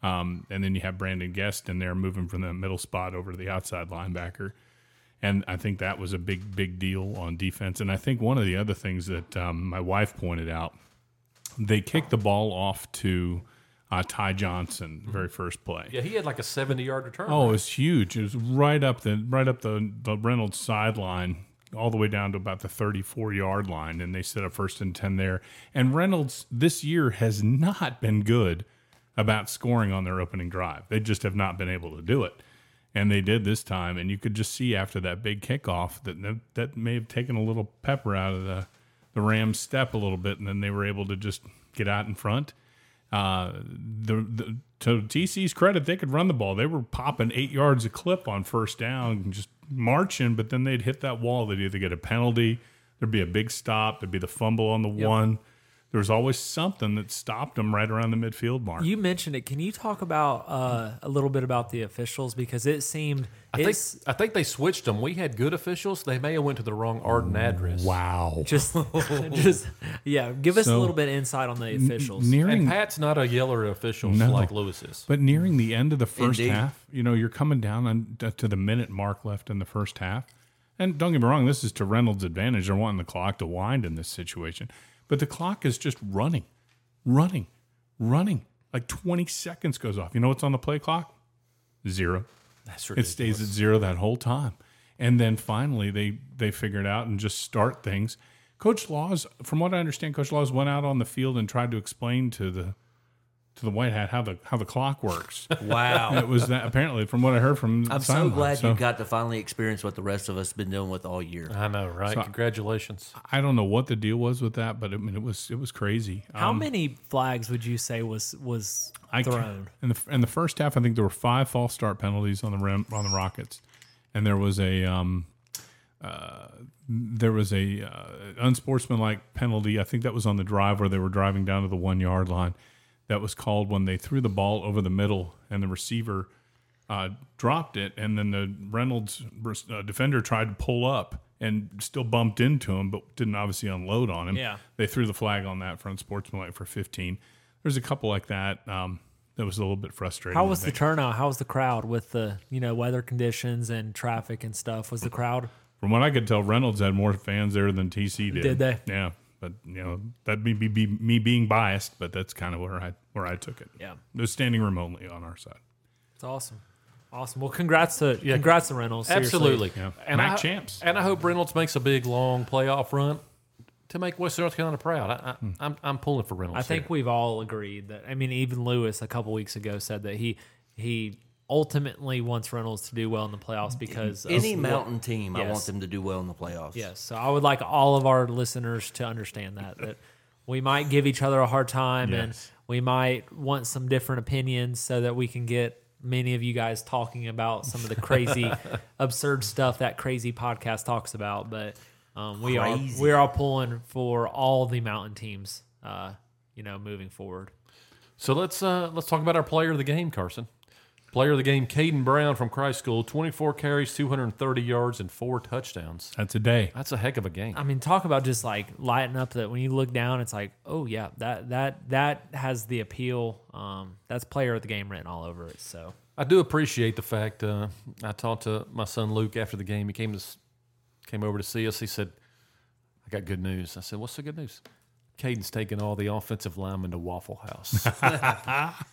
S4: Um, and then you have Brandon Guest in there moving from the middle spot over to the outside linebacker. And I think that was a big, big deal on defense. And I think one of the other things that um, my wife pointed out, they kicked the ball off to uh, Ty Johnson the very first play.
S2: Yeah, he had like a 70 yard return.
S4: Oh, it was huge. It was right up the right up the, the Reynolds sideline, all the way down to about the 34 yard line, and they set up first and 10 there. And Reynolds this year has not been good about scoring on their opening drive. They just have not been able to do it. And they did this time, and you could just see after that big kickoff that that may have taken a little pepper out of the the Rams' step a little bit, and then they were able to just get out in front uh, the, the to TC's credit, they could run the ball. They were popping eight yards a clip on first down, and just marching. But then they'd hit that wall. They'd either get a penalty, there'd be a big stop, there'd be the fumble on the one. There was always something that stopped them right around the midfield mark.
S5: You mentioned it. Can you talk about uh, a little bit about the officials because it seemed
S2: I think,
S5: it's
S2: I think they switched them. We had good officials. They may have went to the wrong Arden address.
S4: wow,
S5: just
S2: Oh.
S5: just yeah. Give us a
S4: So-
S5: little bit of insight on the officials.
S2: And
S4: nearing
S2: Pat's not a yeller official
S4: No.
S2: like Lewis is.
S4: But nearing the end of the first
S1: Indeed.
S4: half, you know, you're coming down on, to the minute mark left in the first half. And don't get me wrong, this is to Reynolds' advantage. They're wanting the clock to wind in this situation. But the clock is just running, running, running. Like 20 seconds goes off. You know what's on the play clock? Zero.
S2: That's
S4: It stays at zero that whole time. And then finally, they they figure it out and just start things. Coach Laws, from what I understand, Coach Laws went out on the field and tried to explain to the to the white hat how the how the clock works.
S1: Wow.
S4: it was that apparently from what I heard from.
S1: I'm
S4: the
S1: so
S4: sideline.
S1: glad
S4: So
S1: you got to finally experience what the rest of us been dealing with all year.
S2: I know, right? Congratulations.
S4: I don't know what the deal was with that, but I mean, it was it was crazy.
S5: How
S2: um,
S5: many flags would you say was was
S4: I ca-
S5: thrown?
S4: in the in the first half. I think there were five false start penalties on the rim, on the Rockets, and there was a um, uh, there was a uh, unsportsmanlike penalty. I think that was on the drive where they were driving down to the one yard line. That was called when they threw the ball over the middle and the receiver uh, dropped it, and then the Reynolds uh, defender tried to pull up and still bumped into him, but didn't obviously unload on him.
S5: Yeah.
S4: they threw the flag on that for unsportsmanlike for 15. There's a couple like that um, that was a little bit frustrating.
S5: How
S4: I
S5: was the
S4: think.
S5: turnout? How was the crowd with the you know weather conditions and traffic and stuff? Was the crowd
S4: From what I could tell, Reynolds had more fans there than TC did.
S5: Did they?
S4: Yeah, but you know that'd be, be, be me being biased, but that's kind of where I where I took it.
S5: Yeah.
S4: it was standing room only on our side.
S5: It's awesome. Awesome. Well, congrats to congrats to Reynolds. seriously.
S2: Absolutely.
S4: Yeah.
S2: And
S4: Mac
S2: I,
S4: champs.
S2: And I hope Reynolds makes a big, long playoff run to make Western North Carolina proud. I, I, I'm, I'm pulling for Reynolds.
S5: I think
S2: here.
S5: we've all agreed that. I mean, even Lewis a couple weeks ago said that he he ultimately wants Reynolds to do well in the playoffs because of
S1: Any
S5: what-
S1: mountain team, I
S5: Yes.
S1: want them to do well in the playoffs.
S5: Yes. So I would like all of our listeners to understand that that we might give each other a hard time and
S4: Yes.
S5: we might want some different opinions so that we can get many of you guys talking about some of the crazy, absurd stuff that crazy podcast talks about. But um, we are
S1: Crazy.
S5: we're all pulling for all the mountain teams, uh, you know, moving forward.
S2: So let's uh, let's talk about our player of the game, Carson. Player of the game, Caden Brown from Christ School, 24 carries, 230 yards, and four touchdowns.
S4: That's a day.
S2: That's a heck of a game.
S5: I mean, talk about just like lighting up that when you look down, it's like, oh yeah, that that that has the appeal. Um, that's player of the game written all over it. So
S2: I do appreciate the fact. Uh, I talked to my son Luke after the game. He came to, s- came over to see us. He said, "I got good news." I said, "What's the good news?" Caden's taking all the offensive linemen to Waffle House.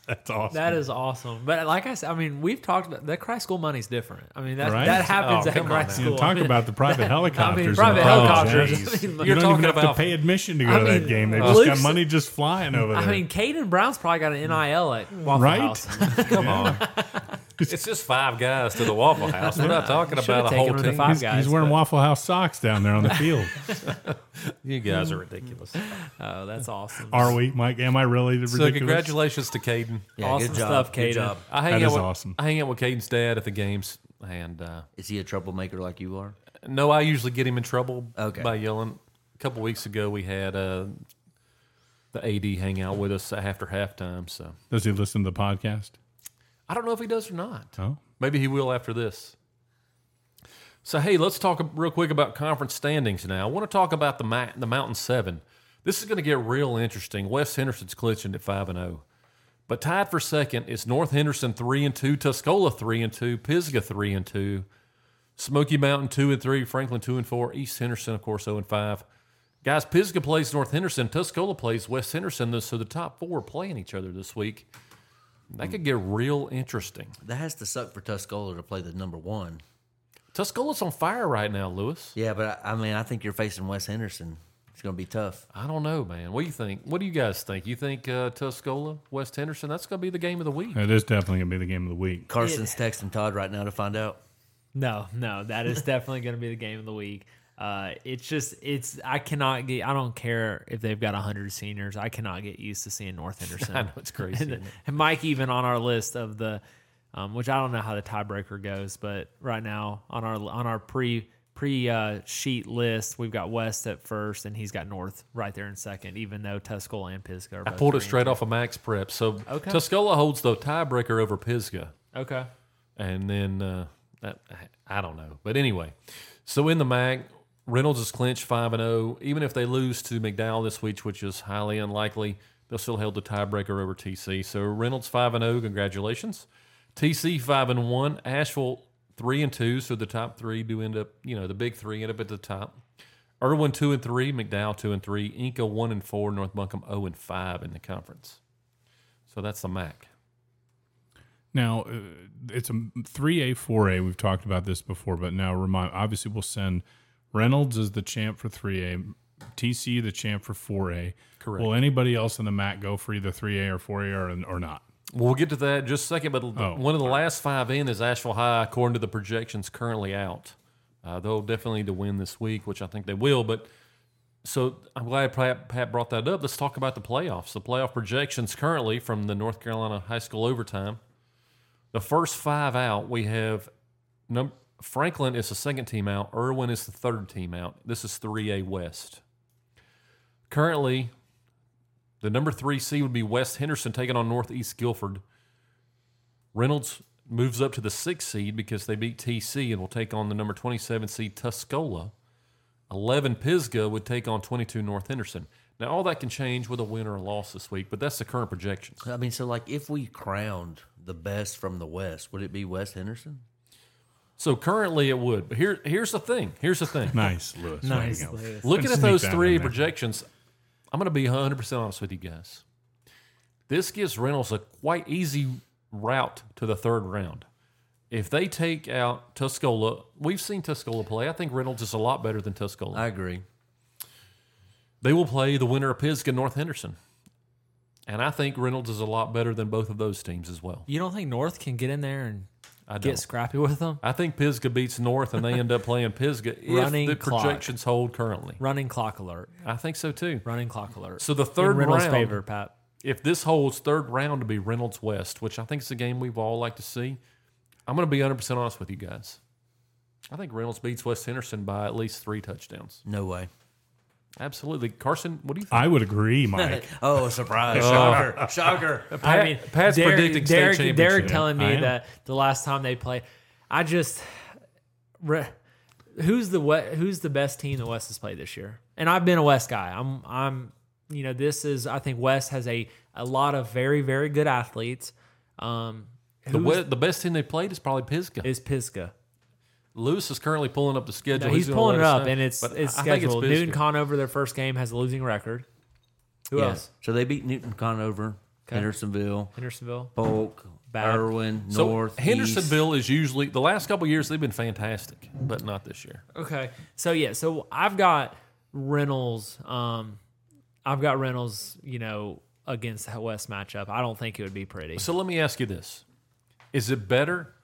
S4: That's awesome.
S5: That is awesome. But like I said, I mean, we've talked about that Christ school money's different. I mean, that
S4: Right?
S5: that happens
S2: Oh,
S5: at
S2: come on
S5: Christ
S2: now.
S5: school.
S4: Talk
S5: I mean,
S4: about the private helicopters. and
S5: private
S4: the-
S5: helicopters.
S4: Oh,
S5: I
S4: jeez.
S5: mean, like-
S4: you
S5: You're
S4: don't
S2: talking
S4: even have
S2: about-
S4: to pay admission to go
S5: I
S4: to that
S5: mean,
S4: game. They
S5: uh,
S4: just got
S5: Luke's-
S4: money just flying over there.
S5: I mean, Caden Brown's probably got an NIL at Waffle
S4: Right?
S5: House.
S2: Come on, it's just five guys to the Waffle House. We're not talking
S5: Should've
S2: about a
S5: taken
S2: whole
S5: him to
S2: team.
S5: five
S4: he's,
S5: guys.
S4: he's wearing
S5: but-
S4: Waffle House socks down there on the field.
S2: You guys are ridiculous.
S5: Oh, that's awesome.
S4: Are we, Mike? Am I really the
S2: so
S4: ridiculous?
S2: congratulations to Caden.
S1: Yeah,
S5: Awesome
S1: good job.
S5: stuff,
S1: Good
S5: Caden.
S1: job.
S2: I hang
S4: That
S2: out
S4: is
S2: with,
S4: awesome.
S2: I hang out with Caden's dad at the games, and uh,
S1: Is he a troublemaker like you are?
S2: No, I usually get him in trouble
S1: Okay.
S2: by yelling. A couple weeks ago, we had uh, the AD hang out with us after halftime. So
S4: Does he listen to the podcast?
S2: I don't know if he does or not.
S4: Oh,
S2: Maybe he will after this. So hey, let's talk real quick about conference standings now. I want to talk about the Ma- the Mountain Seven. This is going to get real interesting. West Henderson's clinching at five and zero, but tied for second is North Henderson three and two, Tuscola three and two, Pisgah three and two, Smoky Mountain two and three, Franklin two and four, East Henderson of course zero and five. Guys, Pisgah plays North Henderson, Tuscola plays West Henderson. So the top four are playing each other this week. That could get real interesting.
S1: That has to suck for Tuscola to play the number one.
S2: Tuscola's on fire right now, Lewis.
S1: Yeah, but I, I mean, I think you're facing Wes Henderson. It's going to be tough.
S2: I don't know, man. What do you think? What do you guys think? You think uh, Tuscola, West Henderson? That's going to be the game of the week.
S4: It is definitely going to be the game of the week.
S1: Carson's texting Todd right now to find out.
S5: No, no, that is definitely going to be the game of the week. Uh, it's just, it's, I cannot get, I don't care if they've got 100 seniors. I cannot get used to seeing North Henderson.
S2: I know it's crazy.
S5: and, and Mike, even on our list of the, um, which I don't know how the tiebreaker goes, but right now on our, on our pre, pre uh, sheet list, we've got West at first and he's got North right there in second, even though Tuscola and Pisgah are
S2: I
S5: both
S2: pulled it
S5: three and
S2: straight off of Max Prep. So
S5: Okay.
S2: Tuscola holds the tiebreaker over Pisgah.
S5: two. Okay.
S2: And then uh, that, I don't know. But anyway, so in the MAC, Reynolds is clinched 5 and 0. Even if they lose to McDowell this week, which is highly unlikely, they'll still hold the tiebreaker over TC. So Reynolds 5 and 0, congratulations. TC 5 and 1, Asheville 3 and 2, so the top 3 do end up, you know, the big 3 end up at the top. Irwin 2 and 3, McDowell 2 and 3, Inca 1 and 4, North Buncombe 0 and 5 in the conference. So that's the MAC.
S4: Now uh, it's a three A four A. We've talked about this before, but now remind. Obviously, we'll send Reynolds as the champ for three A, TC the champ for four A.
S2: Correct.
S4: Will anybody else in the MAC go for either three A or four A or or not?
S2: Well, we'll get to that in just a second, but the-
S4: Oh.
S2: one of the last five in is Asheville High, according to the projections currently out. Uh, they'll definitely need to win this week, which I think they will. But so I'm glad Pat, Pat brought that up. Let's talk about the playoffs. The playoff projections currently from the North Carolina High School overtime. The first five out, we have num- Franklin is the second team out, Irwin is the third team out. This is 3A West. Currently, the number three C would be West Henderson taking on Northeast Guilford. Reynolds moves up to the sixth seed because they beat TC and will take on the number 27 seed Tuscola. 11 Pisgah would take on 22 North Henderson. Now, all that can change with a win or a loss this week, but that's the current projections.
S1: I mean, so like if we crowned the best from the West, would it be Wes Henderson?
S2: So currently it would. But here, here's the thing. Here's the thing.
S4: Nice, Lewis. Way to
S5: Nice,
S4: go.
S5: Lewis.
S2: Looking
S4: Couldn't
S2: at
S4: sneak
S2: those
S4: that
S2: three
S4: in there.
S2: projections, I'm going to be 100% honest with you guys. This gives Reynolds a quite easy route to the third round. If they take out Tuscola, we've seen Tuscola play. I think Reynolds is a lot better than Tuscola.
S1: I agree.
S2: they will play the winner of Pisgah North Henderson. And I think Reynolds is a lot better than both of those teams as well.
S5: You don't think North can get in there and
S2: I
S5: get
S2: don't.
S5: scrappy with them?
S2: I think Pisgah beats North and they end up playing Pisgah if
S5: Running
S2: the
S5: clock.
S2: projections hold currently.
S5: Running clock alert.
S2: I think so too.
S5: Running clock alert.
S2: So the
S5: In
S2: third
S5: Reynolds'
S2: round-
S5: favor, Pat.
S2: if this holds third round to be Reynolds West, which I think is a game we've all like to see, I'm going to be 100% honest with you guys. I think Reynolds beats West Henderson by at least three touchdowns.
S1: No way.
S2: Absolutely. Carson, what do you think?
S4: I would agree, Mike.
S1: Oh, surprise! Shocker! Shocker!
S2: Pat- Pat's predicting state
S5: Derek,
S2: championship.
S5: Derek telling
S4: I
S5: me
S4: am.
S5: that the last time they played, I just re, who's the we- who's the best team the West has played this year? And I've been a West guy. I'm I'm you know this is I think West has a a lot of very very good athletes. Um,
S2: the,
S5: who's-
S2: we- the best team they played is probably Pisgah.
S5: is Pisgah.
S2: Lewis is currently pulling up the schedule.
S5: No, he's
S2: gonna
S5: pulling it
S2: let us
S5: up,
S2: know.
S5: and it's
S2: But
S5: it's
S2: I think
S5: scheduled.
S2: Pisgah.
S5: Newton Conover, their first game, has a losing record. Who
S1: Yeah.
S5: else?
S1: So they beat Newton Conover,
S5: Okay.
S1: Hendersonville,
S5: Hendersonville.
S1: Polk,
S5: Bad.
S1: Irwin,
S2: So
S1: North,
S2: Hendersonville is usually the last couple years they've been fantastic, but not this year.
S5: Okay. So yeah, so I've got Reynolds. Um, I've got Reynolds. You know, against that West matchup, I don't think it would be pretty.
S2: So let me ask you this: Is it better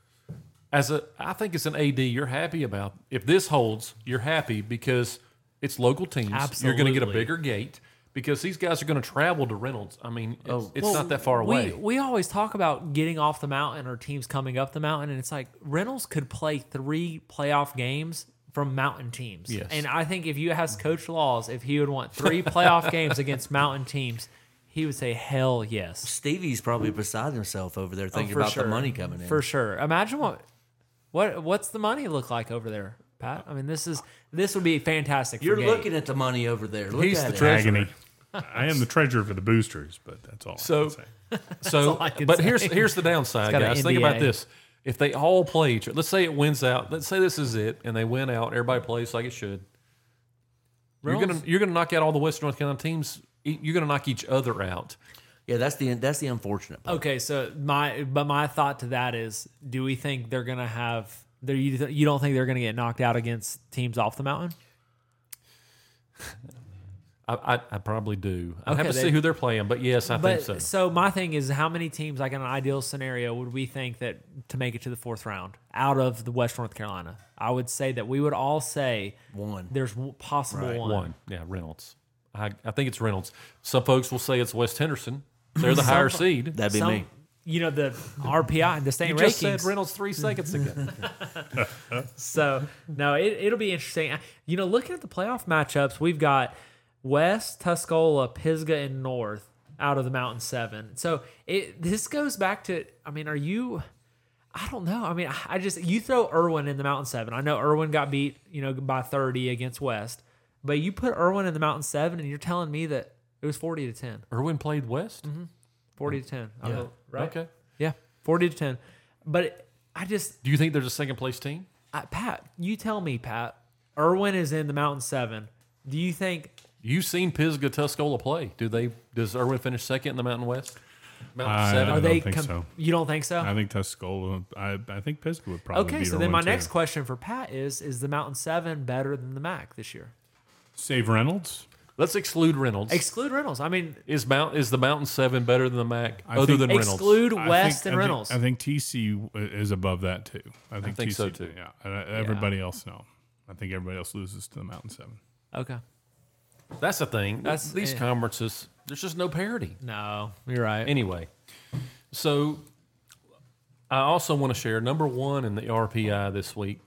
S2: as a? I think it's an AD. You're happy about if this holds. You're happy because it's local teams. You're going to get a
S5: Absolutely.
S2: bigger gate because these guys are going to travel to Reynolds. I mean, it's, it's
S5: Oh, Well,
S2: not that far away.
S5: We, we always talk about getting off the mountain or teams coming up the mountain, and it's like Reynolds could play three playoff games from mountain teams.
S2: Yes.
S5: And I think if you ask Coach Laws if he would want three playoff games against mountain teams, he would say hell yes.
S1: Stevie's probably beside himself over there thinking
S5: Oh, for
S1: about
S5: sure.
S1: the money coming in.
S5: For sure. Imagine what what what's the money look like over there, Pat? I mean, this is this would be fantastic.
S1: You're
S5: for Gabe.
S1: looking at the money over there. Look
S2: He's
S1: at
S2: the
S1: it.
S2: treasurer.
S4: Agony. I am the treasurer for the boosters, but that's all. I
S2: So,
S4: can say.
S2: so,
S5: all I can
S2: but
S5: say.
S2: here's here's the
S5: It's
S2: downside,
S5: got an
S2: guys. Think about
S5: NDA.
S2: this: If they all play each other, let's say it wins out. Let's say this is it, and they win out. Everybody plays like it should. You're gonna
S5: Rules.
S2: you're gonna knock out all the Western North Carolina teams. E- You're gonna knock each other out.
S1: Yeah, that's the that's the unfortunate part.
S5: Okay, so my but my thought to that is, do we think they're gonna have? They're, you, you don't think they're gonna get knocked out against teams off the mountain?
S2: I, I, I probably do. I
S5: Okay,
S2: have to
S5: they-
S2: see who they're playing, but yes, I
S5: But
S2: think so.
S5: my thing is, how many teams, like in an ideal scenario, would we think that to make it to the fourth round out of the West North Carolina? I would say that we would all say
S1: One.
S5: There's w- possible one.
S2: One, yeah, Reynolds. I, I think it's Reynolds. Some folks will say it's West Henderson. They're the higher seed.
S1: That'd be
S5: Some-
S1: me.
S5: You know the RPI, the same
S2: you
S5: rankings.
S2: just said Reynolds three seconds ago.
S5: So no, it, it'll be interesting. I- You know, looking at the playoff matchups, we've got West, Tuscola, Pisgah, and North out of the Mountain Seven. So it this goes back to. I mean, are you? I don't know. I mean, I- I just you throw Irwin in the Mountain Seven. I know Irwin got beat, you know, by thirty against West, but you put Irwin in the Mountain Seven, and you're telling me that it was forty to 10.
S2: Irwin played West.
S5: 40 to ten. I don't- Mm-hmm. right?
S2: Okay.
S5: Yeah, forty to ten. But it, I just
S2: Do you think there's a second place team?
S5: I, Pat, you tell me, Pat. Irwin is in the Mountain Seven. Do you think?
S2: You've seen Pisgah Tuscola play. Do they? Does Irwin finish second in the Mountain West? Mountain
S4: I-
S2: Seven.
S5: Are
S4: don't
S5: they?
S4: think so.
S5: You don't think so?
S4: I think Tuscola. I, I think Pisgah would probably.
S5: okay,
S4: beat
S5: so then my
S4: Irwin, too.
S5: next question for Pat is: Is the Mountain Seven better than the MAC this year?
S4: save Reynolds.
S2: Let's exclude Reynolds.
S5: Exclude Reynolds. I mean,
S2: is Mount is the Mountain Seven better than the MAC?
S4: I
S2: other
S4: think-
S2: than Reynolds,
S5: exclude
S4: I
S5: West
S4: think- I
S5: and
S4: think-
S5: Reynolds.
S4: I think TC is above that too. I think,
S2: think
S4: TC,
S2: so, too.
S4: Yeah, and, uh, everybody else no. I think everybody else loses to the Mountain Seven.
S5: okay.
S2: that's the thing.
S5: That's- eh.
S2: these
S5: yeah.
S2: conferences. There's just no parity.
S5: No, you're right.
S2: Anyway, so I also want to share number one in the RPI this week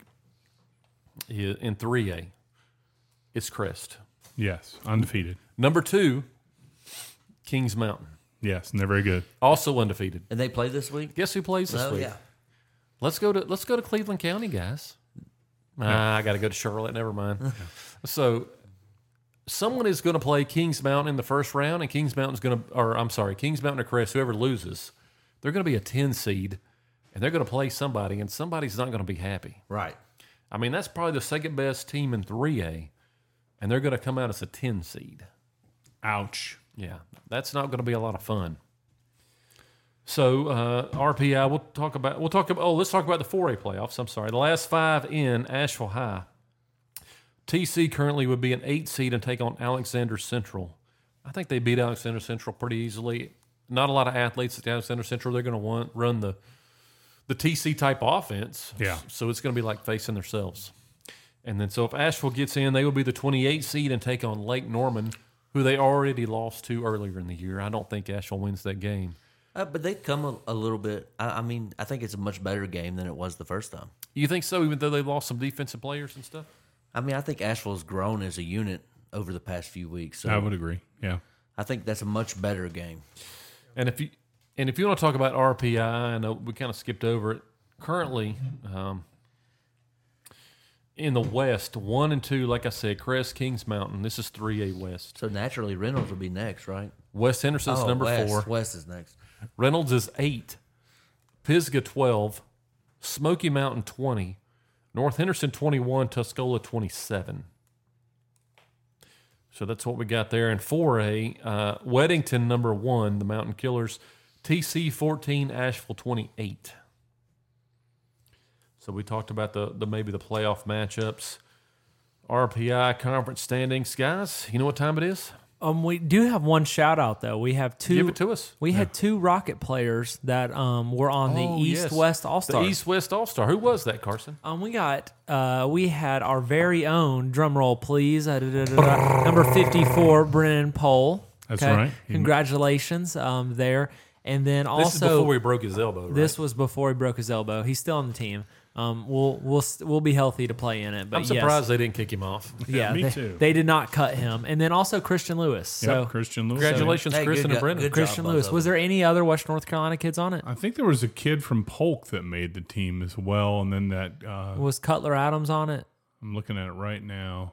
S2: i- in 3A is Crest.
S4: Yes, undefeated.
S2: Number two, Kings Mountain,
S4: Yes, and they're very good.
S2: also undefeated.
S1: And they play this week.
S2: Guess who plays this
S1: Oh
S2: week?
S1: yeah.
S2: Let's go to let's go to Cleveland County, guys. Ah, I got to go to Charlotte. Never mind. so, someone is going to play Kings Mountain in the first round, and Kings Mountain's going to, or I'm sorry, Kings Mountain or Crest, whoever loses, they're going to be a ten seed, and they're going to play somebody, and somebody's not going to be happy.
S1: Right.
S2: I mean, that's probably the second best team in three A, and they're going to come out as a ten seed.
S4: Ouch.
S2: Yeah, that's not going to be a lot of fun. So uh, RPI, we'll talk about we'll talk about. Oh, let's talk about the four A playoffs. I'm sorry, the last five in Asheville High. TC currently would be an eight seed and take on Alexander Central. I think they beat Alexander Central pretty easily. Not a lot of athletes at Alexander Central. They're going to want run the the TC type offense.
S4: Yeah.
S2: So it's going to be like facing themselves. And then so if Asheville gets in, they will be the 28 seed and take on Lake Norman, who they already lost to earlier in the year. I don't think Asheville wins that game.
S1: Uh, but they come a, a little bit. I, I mean, I think it's a much better game than it was the first time.
S2: You think so? Even though they lost some defensive players and stuff.
S1: I mean, I think Asheville's grown as a unit over the past few weeks. So
S4: I would agree. Yeah.
S1: I think that's a much better game.
S2: And if you and if you want to talk about RPI, I know we kind of skipped over it. Currently, um, in the West, one and two, like I said, Crest Kings Mountain. This is three A West.
S1: So naturally, Reynolds will be next, right?
S2: West Henderson's
S1: Oh,
S2: number
S1: West.
S2: four.
S1: West is next.
S2: Reynolds is eight, Pisgah twelve, Smoky Mountain twenty, North Henderson twenty one, Tuscola twenty seven. So that's what we got there. And four A, uh, Weddington number one, the Mountain Killers, TC fourteen, Asheville twenty eight. So we talked about the, the maybe the playoff matchups, RPI conference standings, guys. You know what time it is?
S5: Um, we do have one shout out though. We have two.
S2: Give it to us.
S5: We had two Rocket players that um were on
S2: Oh,
S5: the East
S2: yes.
S5: West All Star.
S2: The East West All Star. Who was that, Carson?
S5: Um, we got uh, we had our very own drum roll, please. Uh, da, da, da, da. number fifty-four, Brennan Pohl.
S4: That's right. He-
S5: Congratulations, um, there. And then also
S2: This is before he broke his elbow. Right?
S5: this was before he broke his elbow. He's still on the team. Um, we'll we'll we'll be healthy to play in it. But
S2: I'm surprised they didn't kick him off.
S5: Yes, yeah,
S4: me
S5: they,
S4: too.
S5: They did not cut him. And then also Christian Lewis. So
S4: yep. Christian Lewis.
S2: Congratulations,
S1: Hey,
S2: Kristen
S1: good go-
S2: and Brendan.
S1: good job.
S5: Christian
S1: both
S5: Lewis.
S1: of
S5: Was there any other West North Carolina kids on it?
S4: I think there was a kid from Polk that made the team as well, and then that uh,
S5: Was Cutler Adams on it?
S4: I'm looking at it right now.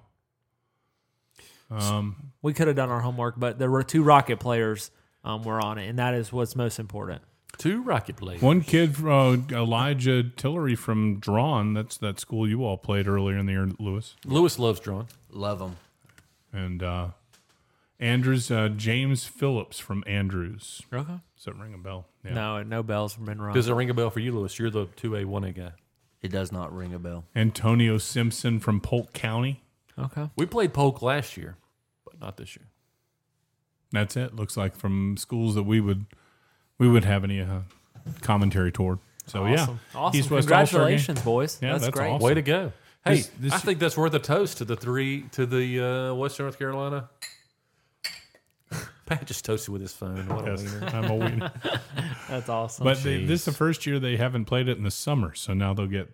S4: Um,
S5: We could have done our homework, but there were two Rocket players um, were on it, and that is what's most important.
S2: Two rocket blades.
S4: One kid, uh, Elijah Tillery from Drawn. That's that school you all played earlier in the year, Lewis.
S2: Lewis loves drawing.
S1: Love them.
S4: And uh, Andrews, uh, James Phillips from Andrews.
S5: Okay.
S4: Does that ring a bell? Yeah.
S5: No, no bells have been rung.
S2: Does it ring a bell for you, Lewis? You're the two A one A guy.
S1: It does not ring a bell.
S4: Antonio Simpson from Polk County.
S5: Okay.
S2: We played poke last year, but not this year.
S4: That's it. Looks like from schools that we would we would have any uh, commentary toward. So Oh,
S5: Awesome.
S4: yeah,
S5: Awesome.
S4: East West All-Star game.
S5: Congratulations, boys.
S4: Yeah,
S5: that's,
S4: that's
S5: great.
S4: awesome.
S2: Way to go! Hey,
S4: This- this-
S2: I think that's worth a toast to the three to the uh, Western North Carolina. Pat just toasted with his phone. What a
S4: Yes,
S2: wiener.
S4: I'm a wiener.
S5: That's awesome.
S4: But they, this is the first year they haven't played it in the summer, so now they'll get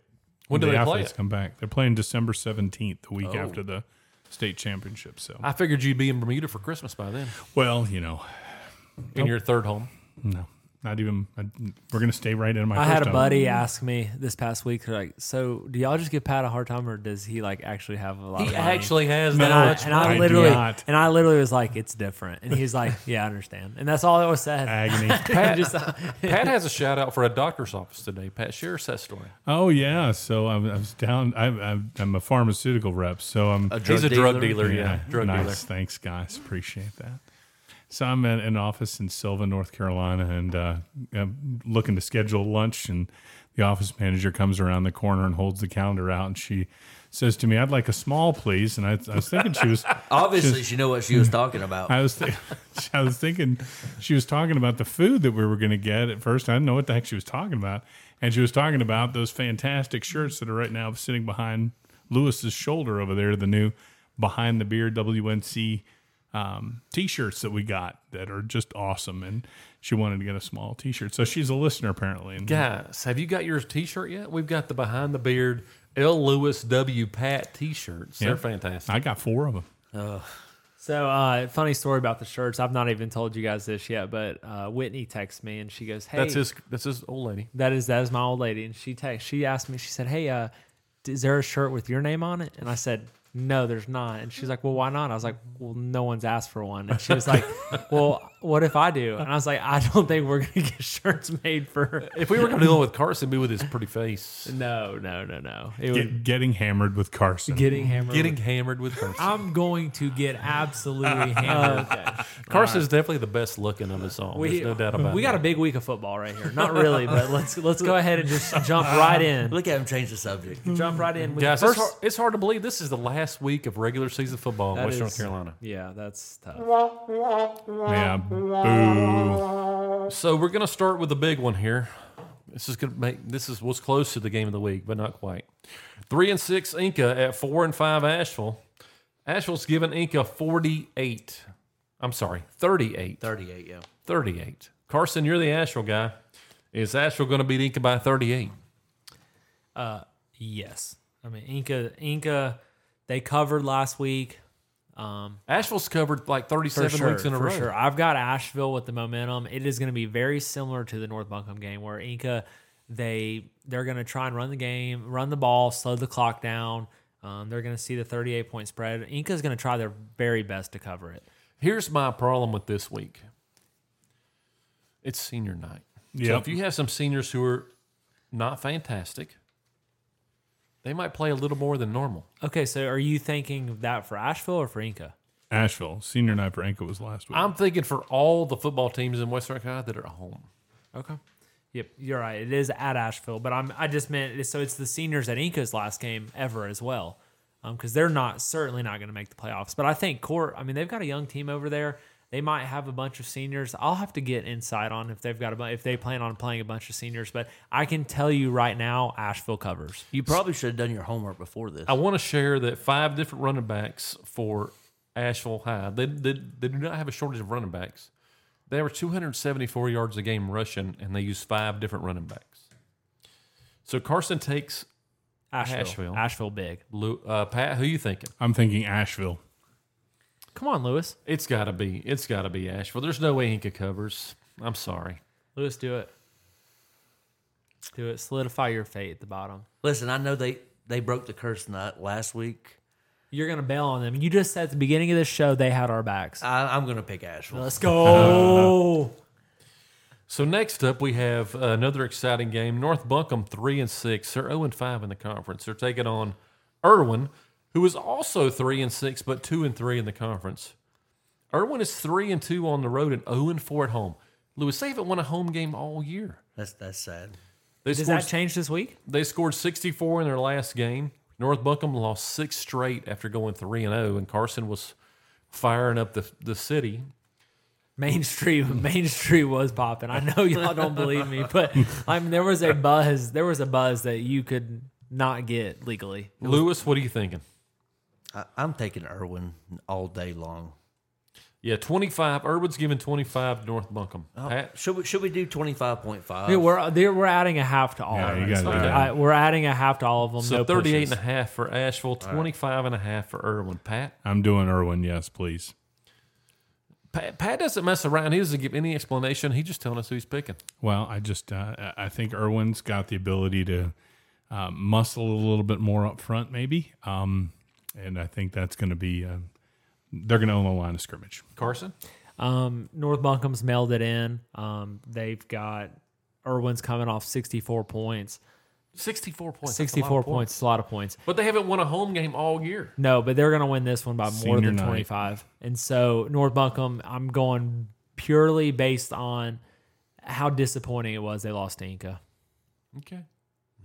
S2: When do
S4: the
S2: they play
S4: athletes
S2: it? Oh.
S4: come back. They're playing December seventeenth, the week after the state championship. So
S2: I figured you'd be in Bermuda for Christmas by then,
S4: well, you know,
S2: in your third home.
S4: no, not even. I, we're gonna stay right in my.
S5: I
S4: first
S5: had a
S4: home.
S5: buddy ask me this past week, like, so do y'all just give Pat a hard time, or does he like actually have a lot?
S2: He
S5: of money?
S2: actually has that
S5: and I,
S2: much.
S5: and I
S4: money.
S5: literally
S4: Not.
S5: and I literally was like, it's different, and he's like, yeah, I understand, and that's all that was said.
S4: agony.
S2: Pat, Pat has a shout out for a doctor's office today. Pat, share us that story.
S4: oh yeah, so I, was- I was down. I, I, I'm a pharmaceutical rep, so I'm
S2: He's a drug dealer, yeah, drug
S4: nice.
S2: dealer.
S4: Thanks, guys. Appreciate that. So I'm at an office in Silva, North Carolina, and uh, I'm looking to schedule lunch. And the office manager comes around the corner and holds the calendar out, and she says to me, "I'd like a small, please." And I, I was thinking she was.
S1: Obviously, she knew what she was talking about.
S4: I was, th- I was thinking she was talking about the food that we were going to get at first. I didn't know what the heck she was talking about. And she was talking about those fantastic shirts that are right now sitting behind Lewis's shoulder over there, the new Behind the Beard WNC um, t shirts that we got that are just awesome. And she wanted to get a small t shirt. So she's a listener, apparently. And
S2: Guys, have you got your t shirt yet? We've got the Behind the Beard L. Lewis W. Pat t shirts.
S4: Yeah.
S2: They're fantastic.
S4: I got four of them.
S5: So, uh, funny story about the shirts. I've not even told you guys this yet, but uh, Whitney texts me and she goes, "Hey,
S2: That's his that's his old lady.
S5: That is that is my old lady, and she text she asked me. She said, "Hey, uh, is there a shirt with your name on it?" And I said, "No, there's not." And she's like, "Well, why not?" I was like, "Well, no one's asked for one." And she was like, "Well, what if I do?" And I was like, "I don't think we're gonna get shirts made for."
S2: If we were gonna deal with Carson, it'd be with his pretty face.
S5: No, no, no, no. It would
S4: Get, getting hammered with Carson.
S5: getting hammered.
S2: Getting hammered with Carson.
S5: I'm going to get
S2: Uh,
S5: absolutely hammered.
S2: Carson's definitely the best looking of us all.
S5: We,
S2: There's no doubt about
S5: we
S2: it.
S5: got a big week of football right here. Not really, but let's let's go ahead and just jump right in.
S1: Look at him change the subject.
S5: Jump right in. with
S2: Guys,
S5: the
S2: it's, hard, it's hard to believe this is the last week of regular season football in
S5: that
S2: West North
S5: is-
S2: Carolina.
S5: Yeah, that's tough.
S4: Yeah. Boo.
S2: So we're gonna start with the big one here. This is gonna make this is what's close to the game of the week, but not quite. Three and six Inca at four and five Asheville. Asheville's given Inca forty eight. I'm sorry, 38.
S1: 38, yeah.
S2: 38. Carson, you're the Asheville guy. Is Asheville going to beat Inca by 38?
S5: Yes. I mean Inca Inca they covered last week. Um
S2: Asheville's covered like 37 weeks in a
S5: for
S2: row.
S5: sure. I've got Asheville with the momentum. It is going to be very similar to the North Buncombe game where Inca they they're going to try and run the game, run the ball, slow the clock down. Um, they're going to see the 38 point spread. Inca's going to try their very best to cover it.
S2: Here's my problem with this week. It's senior night. So
S4: Yep.
S2: if you have some seniors who are not fantastic, they might play a little more than normal.
S5: Okay, so are you thinking of that for Asheville or for Inca?
S4: Asheville. Senior night for Anka was last week.
S2: I'm thinking for all the football teams in Western Carolina that are at home.
S5: Okay. Yep, you're right. It is at Asheville, but I'm I just meant so it's the seniors at Inca's last game ever as well, because they're not certainly not going to make the playoffs. But I think Court. I mean, they've got a young team over there. They might have a bunch of seniors. I'll have to get insight on if they've got a bu- if they plan on playing a bunch of seniors. But I can tell you right now, Asheville covers.
S1: You probably should have done your homework before this.
S2: I want to share that five different running backs for Asheville High. They, they, they do not have a shortage of running backs. They average 274 yards a game rushing, and they use five different running backs. So Carson takes
S5: Asheville,
S2: Asheville.
S5: Asheville, big.
S2: Lew- uh, Pat. Who you thinking?
S4: I'm thinking Asheville.
S5: Come on, Lewis.
S2: It's got to be. It's got to be Asheville. There's no way Inca covers. I'm sorry.
S5: Lewis, do it. Do it. Solidify your fate at the bottom.
S1: Listen, I know they, they broke the curse night last week.
S5: You're gonna bail on them. You just said at the beginning of this show they had our backs.
S1: I, I'm going to pick Asheville.
S5: Let's go.
S2: So next up, we have another exciting game. North Buncombe three and six. They're zero and five in the conference. They're taking on Irwin, who is also three and six, but two and three in the conference. Irwin is three and two on the road and zero and four at home. Lewis, they haven't won a home game all year.
S1: That's that's sad.
S2: They
S5: Does
S2: scored,
S5: that change this week?
S2: they scored 64 in their last game. North Buncombe lost six straight after going three and zero, and Carson was firing up the the city.
S5: Main Street, Main Street was popping. I know y'all don't believe me, but I mean, there was a buzz. There was a buzz that you could not get legally.
S2: Lewis, what are you thinking?
S1: I, I'm taking Irwin all day long.
S2: Yeah, 25. Irwin's giving 25 to North Buncombe.
S5: Oh,
S2: Pat-
S1: Should we should we do twenty five point five?
S5: Yeah, we're there- we're adding a half to all.
S4: Yeah,
S5: of
S4: you
S5: them.
S4: gotta do that.
S5: I- we're adding a half to all of them.
S2: so
S5: no
S2: 38
S5: pushes.
S2: and a half for Asheville, 25 and a half for Irwin. Pat,
S4: I'm doing Irwin. Yes, please.
S2: Pat, Pat doesn't mess around. He doesn't give any explanation. He's just telling us who he's picking.
S4: Well, I just uh, I- I think Irwin's got the ability to uh, muscle a little bit more up front, maybe, um, and I think that's going to be uh, they're going to own the line of scrimmage.
S2: Carson?
S5: Um, North Buncombe's mailed it in. Um, they've got Irwin's coming off 64 points.
S2: 64 points. That's a lot
S5: 64
S2: of
S5: points, a lot of points.
S2: But they haven't won a home game all year.
S5: No, but they're going to win this one by more
S4: Senior
S5: than
S4: night.
S5: 25. And so North Buncombe, I'm going purely based on how disappointing it was they lost to Inca.
S2: Okay.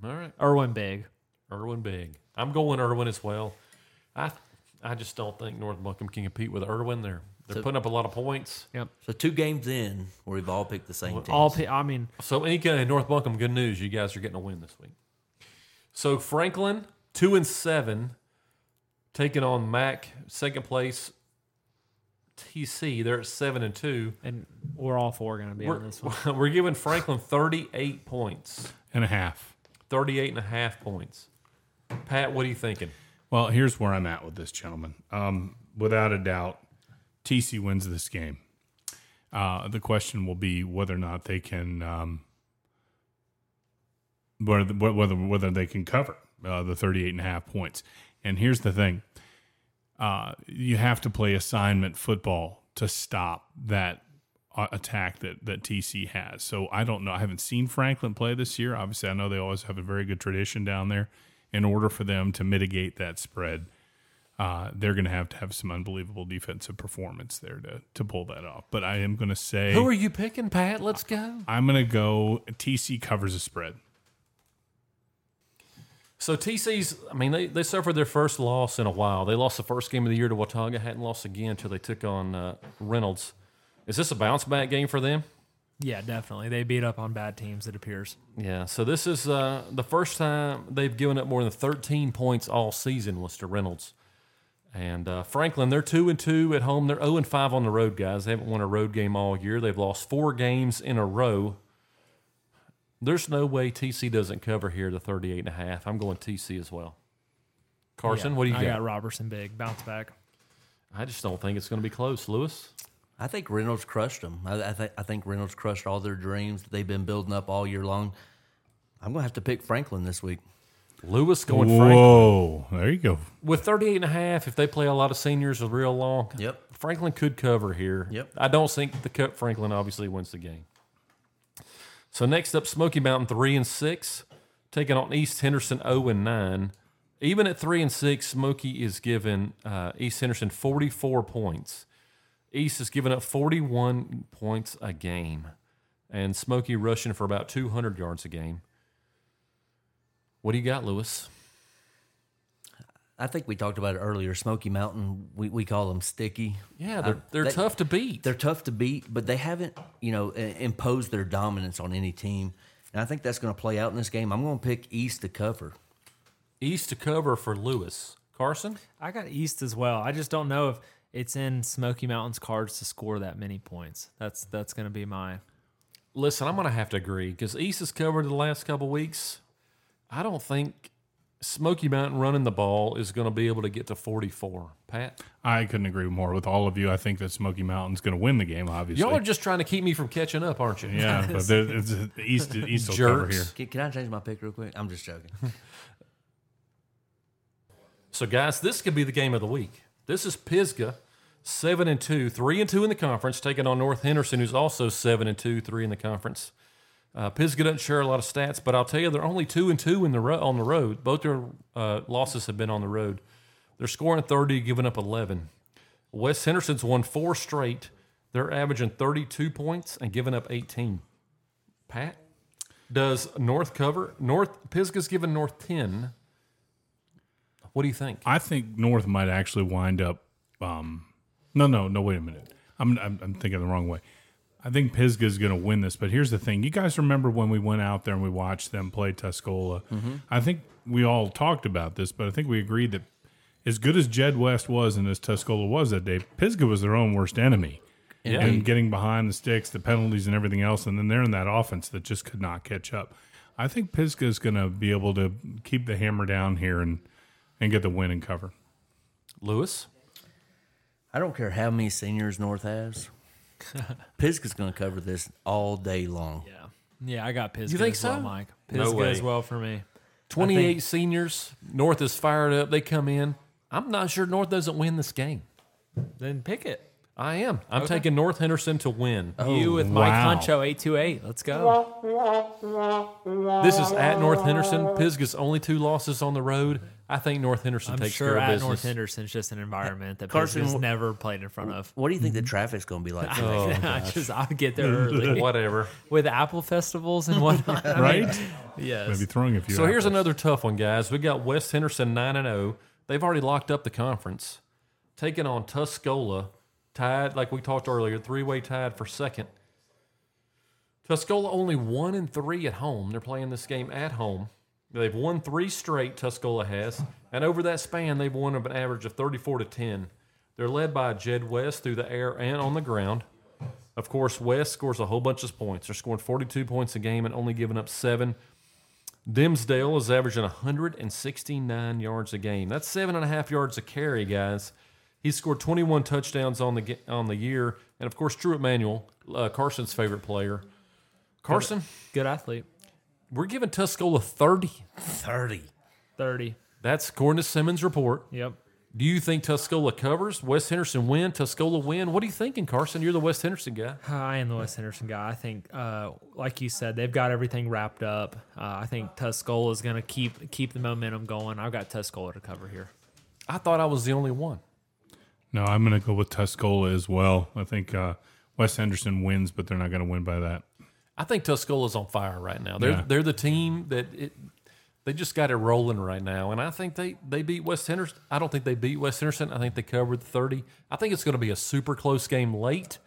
S2: All right.
S5: Irwin big.
S2: Irwin big. I'm going Irwin as well. I I just don't think North Buncombe can compete with Irwin. They're they're putting up a lot of points.
S1: so two games in where we've all picked the same team.
S5: All pe- I mean,
S2: So Inca and North Buncombe, good news. You guys are getting a win this week. So Franklin, two and seven, taking on Mac, second place. TC, they're at seven and two.
S5: and we're all four going to be on
S2: We're,
S5: this one.
S2: we're giving Franklin 38 points,
S4: And a half.
S2: 38 and a half points. Pat, what are you thinking?
S4: Well, here's where I'm at with this, gentlemen. Um, without a doubt, TC wins this game. Uh, the question will be whether or not they can um, whether whether whether they can cover uh, the 38 and a half points. And here's the thing: uh, you have to play assignment football to stop that uh, attack that that TC has. So I don't know. I haven't seen Franklin play this year. Obviously, I know they always have a very good tradition down there. In order for them to mitigate that spread, uh, they're going to have to have some unbelievable defensive performance there to to pull that off. But I am going to say
S2: Who are you picking, Pat? Let's go.
S4: I'm going to go TC covers a spread.
S2: So TC's, I mean, they, they suffered their first loss in a while. They lost the first game of the year to Watauga, hadn't lost again until they took on uh, Reynolds. Is this a bounce back game for them?
S5: Yeah, definitely. They beat up on bad teams, it appears.
S2: Yeah. So this is uh, the first time they've given up more than 13 points all season was to Reynolds. And uh, Franklin, they're two and two at home. They're zero and five on the road, guys. They haven't won a road game all year. They've lost four games in a row. There's no way TC doesn't cover here the 38 and a half. I'm going TC as well. Carson,
S5: Yeah,
S2: what do you
S5: I
S2: got?
S5: got Robertson big. Bounce back.
S2: I just don't think it's going to be close, Lewis.
S1: I think Reynolds crushed them. I, I, th- I think Reynolds crushed all their dreams that they've been building up all year long. I'm gonna have to pick Franklin this week.
S2: Lewis going Franklin
S4: Whoa, there you go.
S2: with 38 and a half. If they play a lot of seniors real long,
S1: Yep.
S2: Franklin could cover here.
S1: Yep.
S2: I don't think the cup Franklin obviously wins the game. So next up, Smoky Mountain three and six, taking on East Henderson zero and nine. Even at three and six, Smoky is giving uh, East Henderson 44 points. East is giving up 41 points a game, and Smoky rushing for about 200 yards a game. What do you got, Lewis?
S1: I think we talked about it earlier. Smoky Mountain, we, we call them sticky.
S2: Yeah, they're,
S1: Um,
S2: they're
S1: they-
S2: tough to beat.
S1: They're tough to beat, but they haven't, you know, i- imposed their dominance on any team. And I think that's going to play out in this game. I'm going to pick East to cover.
S2: East to cover for Lewis. Carson?
S5: I got East as well. I just don't know if it's in Smoky Mountain's cards to score that many points. That's that's going to be my.
S2: Listen, I'm going to have to agree because East has covered the last couple weeks. I don't think Smoky Mountain running the ball is going to be able to get to 44. Pat?
S4: I couldn't agree more with all of you. I think that Smoky Mountain's going to win the game. Obviously,
S2: Y'all are just trying to keep me from catching up, aren't you?
S4: yeah, but there- it's, East East will cover
S2: Jerks.
S4: here.
S1: Can, can I change my pick real quick? I'm just joking.
S2: So, guys, this could be the game of the week. This is Pisgah seven and two, three and two in the conference, taking on North Henderson, who's also seven and two, three in the conference. Uh, Pisgah doesn't share a lot of stats, but I'll tell you they're only two and two in the ro- on the road. Both their uh, losses have been on the road. They're scoring thirty, giving up eleven. West Henderson's won four straight. They're averaging thirty-two points and giving up eighteen. Pat, does North cover? North Pisgah's given North ten. What do you think?
S4: I think North might actually wind up. Um, no, no, no. Wait a minute. I'm I'm, I'm thinking the wrong way. I think Pisgah's going to win this, but here's the thing. You guys remember when we went out there and we watched them play Tuscola? I think we all talked about this, but I think we agreed that as good as Jed West was and as Tuscola was that day, Pisgah was their own worst enemy.
S2: Yeah.
S4: And getting behind the sticks, the penalties, and everything else. And then they're in that offense that just could not catch up. I think Pisgah is going to be able to keep the hammer down here and, and get the win and cover.
S2: Lewis.
S1: I don't care how many seniors North has. Pisgah's going to cover this all day long.
S5: Yeah, yeah, I got Pisgah
S2: You think
S5: as well,
S2: so?
S5: Mike.
S2: No
S5: Pisgah
S2: way.
S5: as well for me.
S2: 28 seniors. North is fired up. They come in. I'm not sure North doesn't win this game.
S5: Then pick it.
S2: I am. I'm taking North Henderson to win.
S5: you with Mike
S4: wow.
S5: Concho eight two eight. Let's go.
S2: This is at North Henderson. Pisgah's only two losses on the road. I think North Henderson
S5: I'm
S2: takes
S5: sure
S2: care of
S5: at
S2: business.
S5: North Henderson's just an environment that
S1: Carson,
S5: Pisgah's
S1: wh-
S5: never played in front of.
S1: What do you think the traffic's going to be like?
S2: Oh,
S1: today?
S5: I just I would get there early
S2: Whatever.
S5: with Apple festivals and whatnot. I mean,
S4: Right?
S5: yes.
S4: Maybe throwing a few.
S2: So here's
S4: apples.
S2: another tough one, guys. We got West Henderson 9 and 0. They've already locked up the conference. Taking on Tuscola, tied, like we talked earlier, three way tied for second. Tuscola only 1 and 3 at home. They're playing this game at home. They've won three straight, Tuscola has. And over that span, they've won of an average of 34 to 10. They're led by Jed West through the air and on the ground. Of course, West scores a whole bunch of points. They're scoring 42 points a game and only giving up seven. Dimsdale is averaging 169 yards a game. That's seven and a half yards a carry, guys. He scored 21 touchdowns on the ga- on the year, and of course, Drew Emanuel, uh, Carson's favorite player. Carson,
S5: Good athlete.
S2: we're giving Tuscola 30.
S1: 30.
S5: Thirty.
S2: That's according to Simmons' report.
S5: Yep.
S2: Do you think Tuscola covers? West Henderson win. Tuscola win. What are you thinking, Carson? You're the West Henderson guy.
S5: I am the West Henderson guy. I think, uh, like you said, they've got everything wrapped up. Uh, I think Tuscola is going to keep keep the momentum going. I've got Tuscola to cover here.
S2: I thought I was the only one.
S4: No, I'm going to go with Tuscola as well. I think uh, Wes Henderson wins, but they're not going to win by that.
S2: I think Tuscola's on fire right now. They're
S4: Yeah.
S2: they're the team that it they just got it rolling right now, and I think they they beat West Henderson. I don't think they beat West Henderson. I think they covered the thirty. I think it's going to be a super close game late.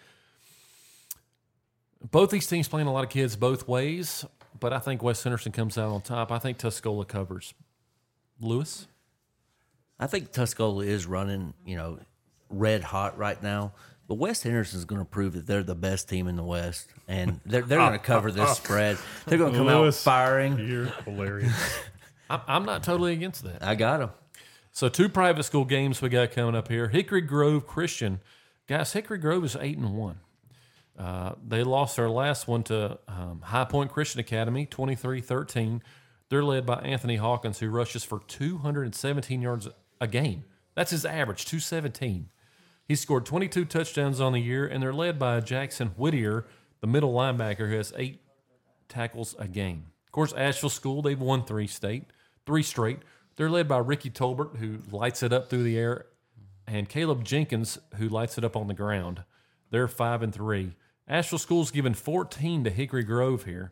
S2: Both these teams playing a lot of kids both ways, but I think West Henderson comes out on top. I think Tuscola covers. Lewis,
S1: I think Tuscola is running, you know, red hot right now. But West Henderson's going to prove that they're the best team in the West, and they're, they're going to cover this spread. They're going to come out
S4: Lewis.
S1: firing.
S4: You're hilarious.
S2: I'm, I'm not totally against that.
S1: I got them.
S2: So two private school games we got coming up here. Hickory Grove Christian, guys. Hickory Grove is eight and one. Uh, they lost their last one to um, High Point Christian Academy, 23-13. They're led by Anthony Hawkins, who rushes for 217 yards a game. That's his average, 217. He scored 22 touchdowns on the year, and they're led by Jackson Whittier, the middle linebacker, who has eight tackles a game. Of course, Asheville School, they've won three state, three straight. They're led by Ricky Tolbert, who lights it up through the air, and Caleb Jenkins, who lights it up on the ground. They're five and three. Asheville School's given 14 to Hickory Grove here.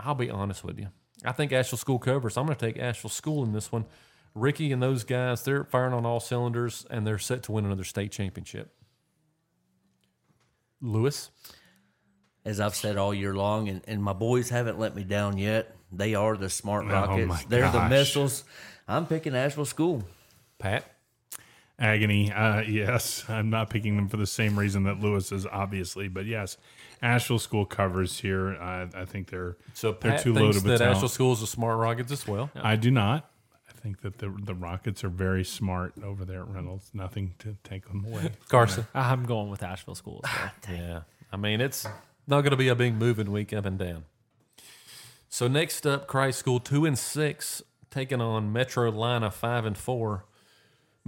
S2: I'll be honest with you. I think Asheville School covers. I'm going to take Asheville School in this one. Ricky and those guys, they're firing on all cylinders, and they're set to win another state championship. Lewis?
S1: as I've said all year long, and, and my boys haven't let me down yet. They are the smart
S4: Oh,
S1: rockets.
S4: my
S1: They're the
S4: gosh.
S1: missiles. I'm picking Asheville School.
S2: Pat?
S4: Agony. Uh, yes, I'm not picking them for the same reason that Lewis is, obviously. But yes, Asheville School covers here. I, I think they're
S2: So
S4: they're
S2: Pat
S4: too
S2: thinks
S4: loaded
S2: that
S4: with talent.
S2: Asheville School is a smart Rockets as well.
S4: I do not. I think that the the Rockets are very smart over there at Reynolds. Nothing to take them away.
S2: Carson.
S5: I'm going with Asheville School. as well.
S2: Yeah. I mean, it's not going to be a big moving week up and down. So next up, Christ School two and six taking on Metro Lina five and four.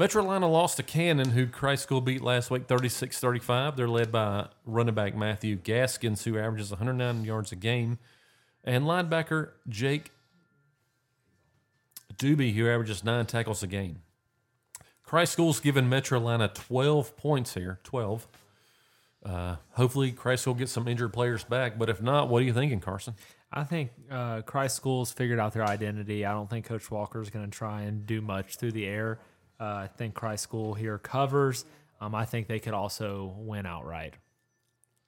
S2: Metrolina lost to Cannon, who Christ School beat last week 36 35. They're led by running back Matthew Gaskins, who averages 109 yards a game, and linebacker Jake Doobie, who averages nine tackles a game. Christ School's given Metrolina 12 points here. 12. Uh, hopefully, Christ School gets some injured players back, but if not, what are you thinking, Carson?
S5: I think uh, Christ School's figured out their identity. I don't think Coach Walker's going to try and do much through the air. Uh, I think Christ School here covers. Um, I think they could also win outright.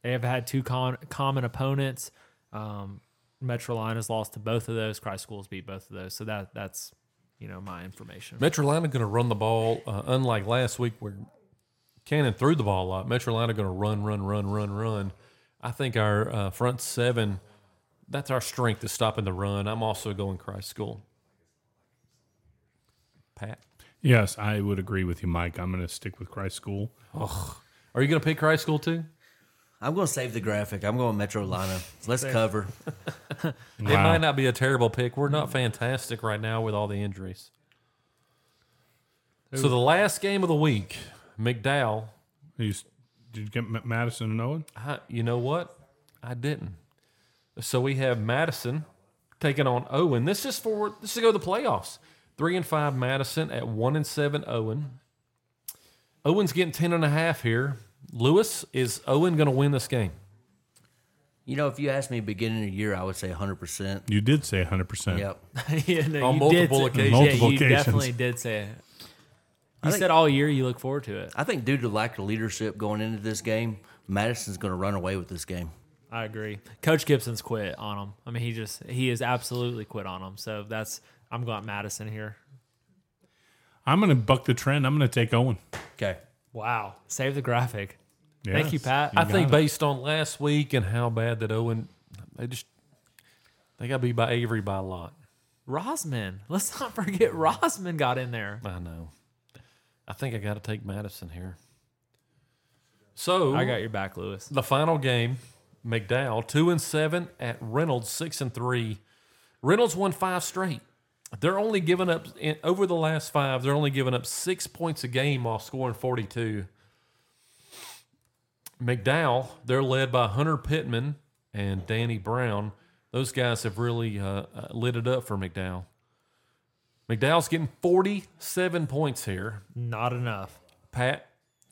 S5: They have had two con- common opponents. Um, Metrolina's lost to both of those. Christ School's beat both of those. So that that's you know my information.
S2: Metrolina going to run the ball, uh, unlike last week where Cannon threw the ball a lot. Metrolina going to run, run, run, run, run. I think our uh, front seven, that's our strength is stopping the run. I'm also going Christ School. Pat,
S4: Yes, I would agree with you, Mike. I'm going to stick with Christ School.
S2: are you going to pick Christ School too?
S1: I'm going to save the graphic. I'm going Metrolina. Let's cover.
S2: It might not be a terrible pick. We're not fantastic right now with all the injuries. So the last game of the week, McDowell.
S4: He's, did you get Ma- Madison and Owen?
S2: I, you know what? I didn't. So we have Madison taking on Owen. This is for this is to go to the playoffs. Three and five Madison at one and seven Owen. Owen's getting ten and a half here. Lewis is Owen going to win this game?
S1: You know, if you asked me beginning of the year, I would say 100%.
S4: You did say 100%.
S1: Yep.
S5: Yeah, no,
S2: On
S5: you
S2: multiple
S5: say-
S2: occasions.
S4: Multiple
S5: yeah, you
S4: occasions.
S5: definitely did say it. You
S1: think-
S5: said all year you look forward to it.
S1: I think due to lack of leadership going into this game, Madison's going to run away with this game.
S5: I agree. Coach Gibson's quit on him. I mean, he just he is absolutely quit on him. So that's I'm going Madison here.
S4: I'm going to buck the trend. I'm going to take Owen.
S1: Okay.
S5: Wow, save the graphic. Thank you,
S4: Yes.
S5: Pat.
S2: I think
S4: got
S2: based on last week and how bad that Owen, they just they got beat by Avery by a lot.
S5: Rosman. Let's not forget Rosman got in there.
S2: I know. I think I got to take Madison here. So
S5: I got your back, Lewis.
S2: the final game, McDowell two and seven at Reynolds six and three. Reynolds won five straight. They're only giving up in, over the last five. They're only giving up six points a game while scoring forty two. McDowell, they're led by Hunter Pittman and Danny Brown. Those guys have really uh, uh, lit it up for McDowell. McDowell's getting forty seven points here.
S5: Not enough.
S2: Pat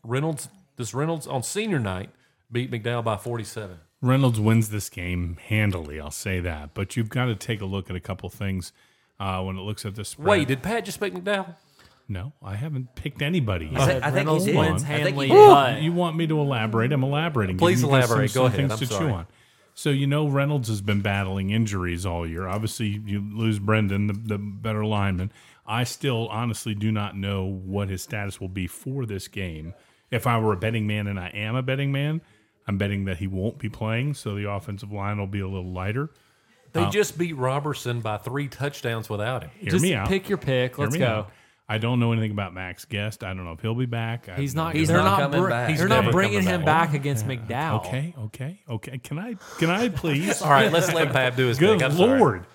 S2: Reynolds. This Reynolds on senior night beat McDowell by 47.
S4: Reynolds wins this game handily. I'll say that. But you've got to take a look at a couple things uh, when it looks at the spread.
S2: Wait, did Pat just pick McDowell?
S4: No, I haven't picked anybody. yet.
S1: I, think- I think
S5: Reynolds
S1: he did.
S5: wins
S1: I think
S5: handily,
S1: he did.
S5: but
S4: you want me to elaborate? I'm elaborating.
S2: Please
S4: Giving you guys
S2: elaborate. Go ahead.
S4: things
S2: I'm
S4: to
S2: sorry.
S4: chew on. So you know Reynolds has been battling injuries all year. Obviously, you lose Brendan, the, the better lineman. I still honestly do not know what his status will be for this game. If I were a betting man, and I am a betting man, I'm betting that he won't be playing. So the offensive line will be a little lighter.
S2: They just beat Robertson by three touchdowns without him.
S4: Hear
S5: just
S4: me out.
S5: pick your pick.
S4: Hear
S5: Let's
S4: me
S5: go.
S4: out. I don't know anything about Max Guest. I don't know if he'll be back. I
S5: He's
S4: have no
S5: not.
S4: idea.
S1: He's
S5: they're
S1: not
S5: not.
S1: coming
S5: br-
S1: back.
S5: They're
S1: He's
S5: not
S2: never
S5: bringing
S2: coming
S5: him
S2: back.
S5: back against McDowell.
S4: Okay, okay, okay. Can I can I please?
S2: All right, let's let Pat do his
S4: Good
S2: pick. I'm sorry.
S4: lord.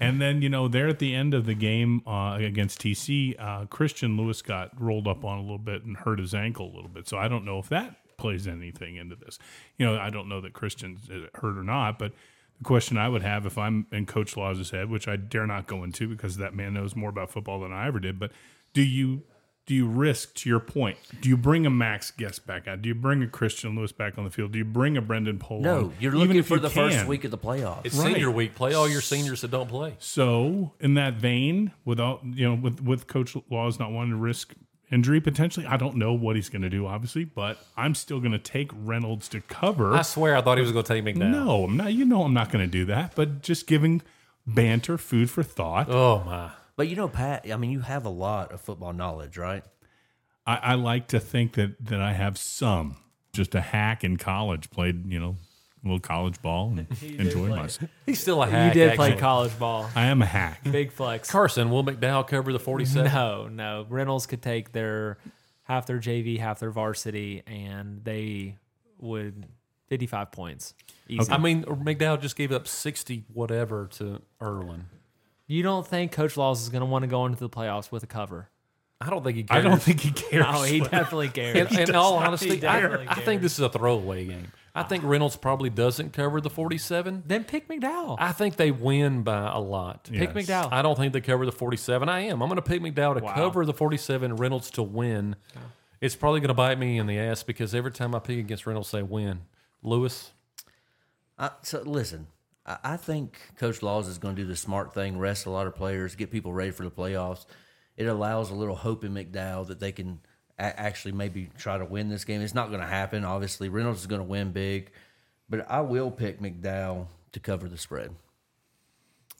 S4: And then you know there at the end of the game uh, against TC, uh, Christian Lewis got rolled up on a little bit and hurt his ankle a little bit. So I don't know if that plays anything into this. You know, I don't know that Christian's uh, hurt or not, but the question I would have if I'm in Coach Laws's head, which I dare not go into because that man knows more about football than I ever did, but do you do you risk to your point? Do you bring a Max Guest back out? Do you bring a Christian Lewis back on the field? Do you bring a Brendan Pohl?
S1: No,
S4: on?
S1: you're
S4: Even
S1: looking
S4: if
S1: for
S4: you
S1: the
S4: can.
S1: first week of the playoffs.
S2: It's
S4: Right.
S2: senior week. Play all your seniors that don't play.
S4: So, in that vein, without you know, with with Coach Laws not wanting to risk injury potentially, I don't know what he's going to do, obviously, but I'm still going to take Reynolds to cover.
S2: I swear I thought he was going to take McDowell.
S4: no, I'm not. You know, I'm not going to do that. But just giving banter, food for thought.
S2: Oh, my.
S1: But you know, Pat, I mean, you have a lot of football knowledge, right?
S4: I, I like to think that that I have some. Just a hack in college, played you know, a little college ball and enjoyed myself.
S2: He's still a
S5: You
S2: hack.
S5: did play
S2: actually.
S5: college ball.
S4: I am a hack.
S5: Big flex.
S2: Carson, will McDowell cover the 47?
S5: No, no. Reynolds could take their half their JV, half their varsity, and they would fifty five points. Easy. Um,
S2: I mean, McDowell just gave up 60 whatever to Erlin.
S5: You don't think Coach Laws is going to want to go into the playoffs with a cover?
S2: I don't think he
S4: I
S2: cares.
S4: don't think he cares.
S5: Oh, he definitely cares.
S2: In, in all honesty,
S5: He
S2: I,
S5: definitely
S2: I think
S5: cares.
S2: this is a throwaway game. I think Reynolds probably doesn't cover the 47.
S5: then pick McDowell.
S2: I think they win by a lot.
S4: Pick Yes.
S5: McDowell.
S2: I don't think they cover the 47. I am. I'm going to pick McDowell to
S5: Wow.
S2: cover the 47, Reynolds to win. It's probably going to bite me in the ass because every time I pick against Reynolds, they win. Lewis,
S1: I, so listen, I, I think Coach Laws is going to do the smart thing, rest a lot of players, get people ready for the playoffs. It allows a little hope in McDowell that they can a- actually maybe try to win this game. It's not going to happen, obviously. Reynolds is going to win big, but I will pick McDowell to cover the spread.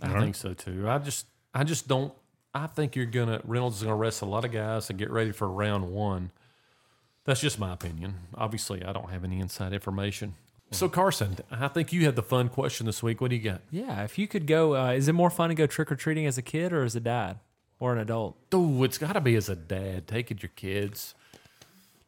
S2: I think so too. I just, I just don't. I think you're gonna Reynolds is gonna rest a lot of guys and get ready for round one. That's just my opinion. Obviously, I don't have any inside information. So Carson, I think you had the fun question this week. What do you got?
S5: yeah, if you could go, uh, is it more fun to go trick or treating as a kid or as a dad or an adult?
S2: Oh, it's got to be as a dad taking your kids,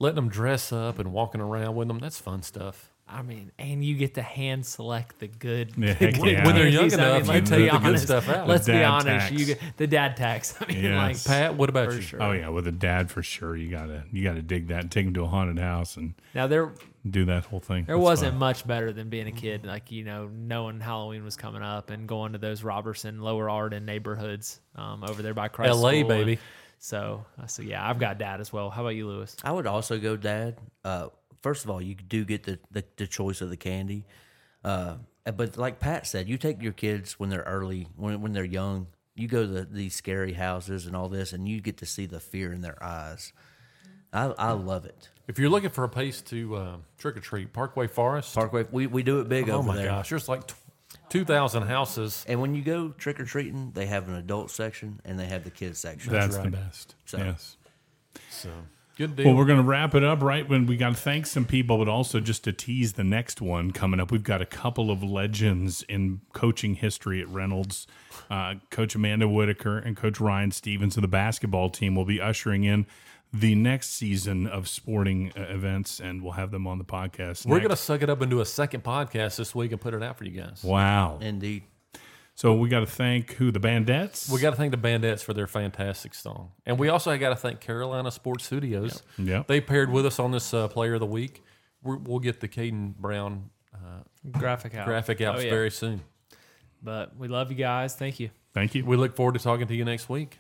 S2: letting them dress up and walking around with them. That's fun stuff.
S5: I mean, and you get to hand select the good.
S4: Yeah, heck
S5: good
S4: yeah.
S2: When they're young
S5: candies.
S2: enough, you
S5: let's
S2: take
S5: be
S2: the good
S5: honest.
S2: stuff out.
S5: Let's be
S4: Dad
S5: honest,
S4: tax.
S5: you get the dad tax. I mean,
S4: Yes.
S5: like
S2: Pat, what about
S5: for
S2: you?
S5: sure.
S4: Oh yeah, with a dad for sure. You gotta you gotta dig that. Take him to a haunted house and
S5: Now there,
S4: do that whole thing.
S5: there
S4: That's
S5: wasn't
S4: fun.
S5: much better than being a kid. Like you know, knowing Halloween was coming up and going to those Robertson, Lower Arden neighborhoods um, over there by Christ.
S2: LA,
S5: School.
S2: baby.
S5: So, uh, so yeah, I've got dad as well. How about you, Lewis?
S1: I would also go dad. Uh, first of all, you do get the, the, the choice of the candy. Uh, but like Pat said, you take your kids when they're early, when, when they're young, you go to the, these scary houses and all this, and you get to see the fear in their eyes. I, I love it.
S2: If you're looking for a place to uh, trick or treat, Parkway Forest.
S1: Parkway, we, we do it big
S2: oh
S1: over
S2: my
S1: there.
S2: gosh, there's like t- two thousand houses.
S1: And when you go trick or treating, they have an adult section and they have the kids section.
S4: That's the best. Yes.
S2: So good deal.
S4: Well, we're going to wrap it up right when we got to thank some people, but also just to tease the next one coming up. We've got a couple of legends in coaching history at Reynolds. Uh, Coach Amanda Whitaker and Coach Ryan Stevens of the basketball team will be ushering in the next season of sporting uh, events, and we'll have them on the podcast.
S2: We're going to
S4: next.
S2: suck it up and do a second podcast this week and put it out for you guys.
S4: Wow.
S1: Indeed.
S4: So we got to thank who? The Bandettes?
S2: We got to thank the Bandettes for their fantastic song. And we also got to thank Carolina Sports Studios.
S4: Yeah.
S2: They paired with us on this uh, Player of the Week. We're, we'll get the Caden Brown uh,
S5: Graphic out.
S2: graphic out
S5: Oh, yeah.
S2: very soon.
S5: But we love you guys. Thank you.
S4: Thank you.
S2: We look forward to talking to you next week.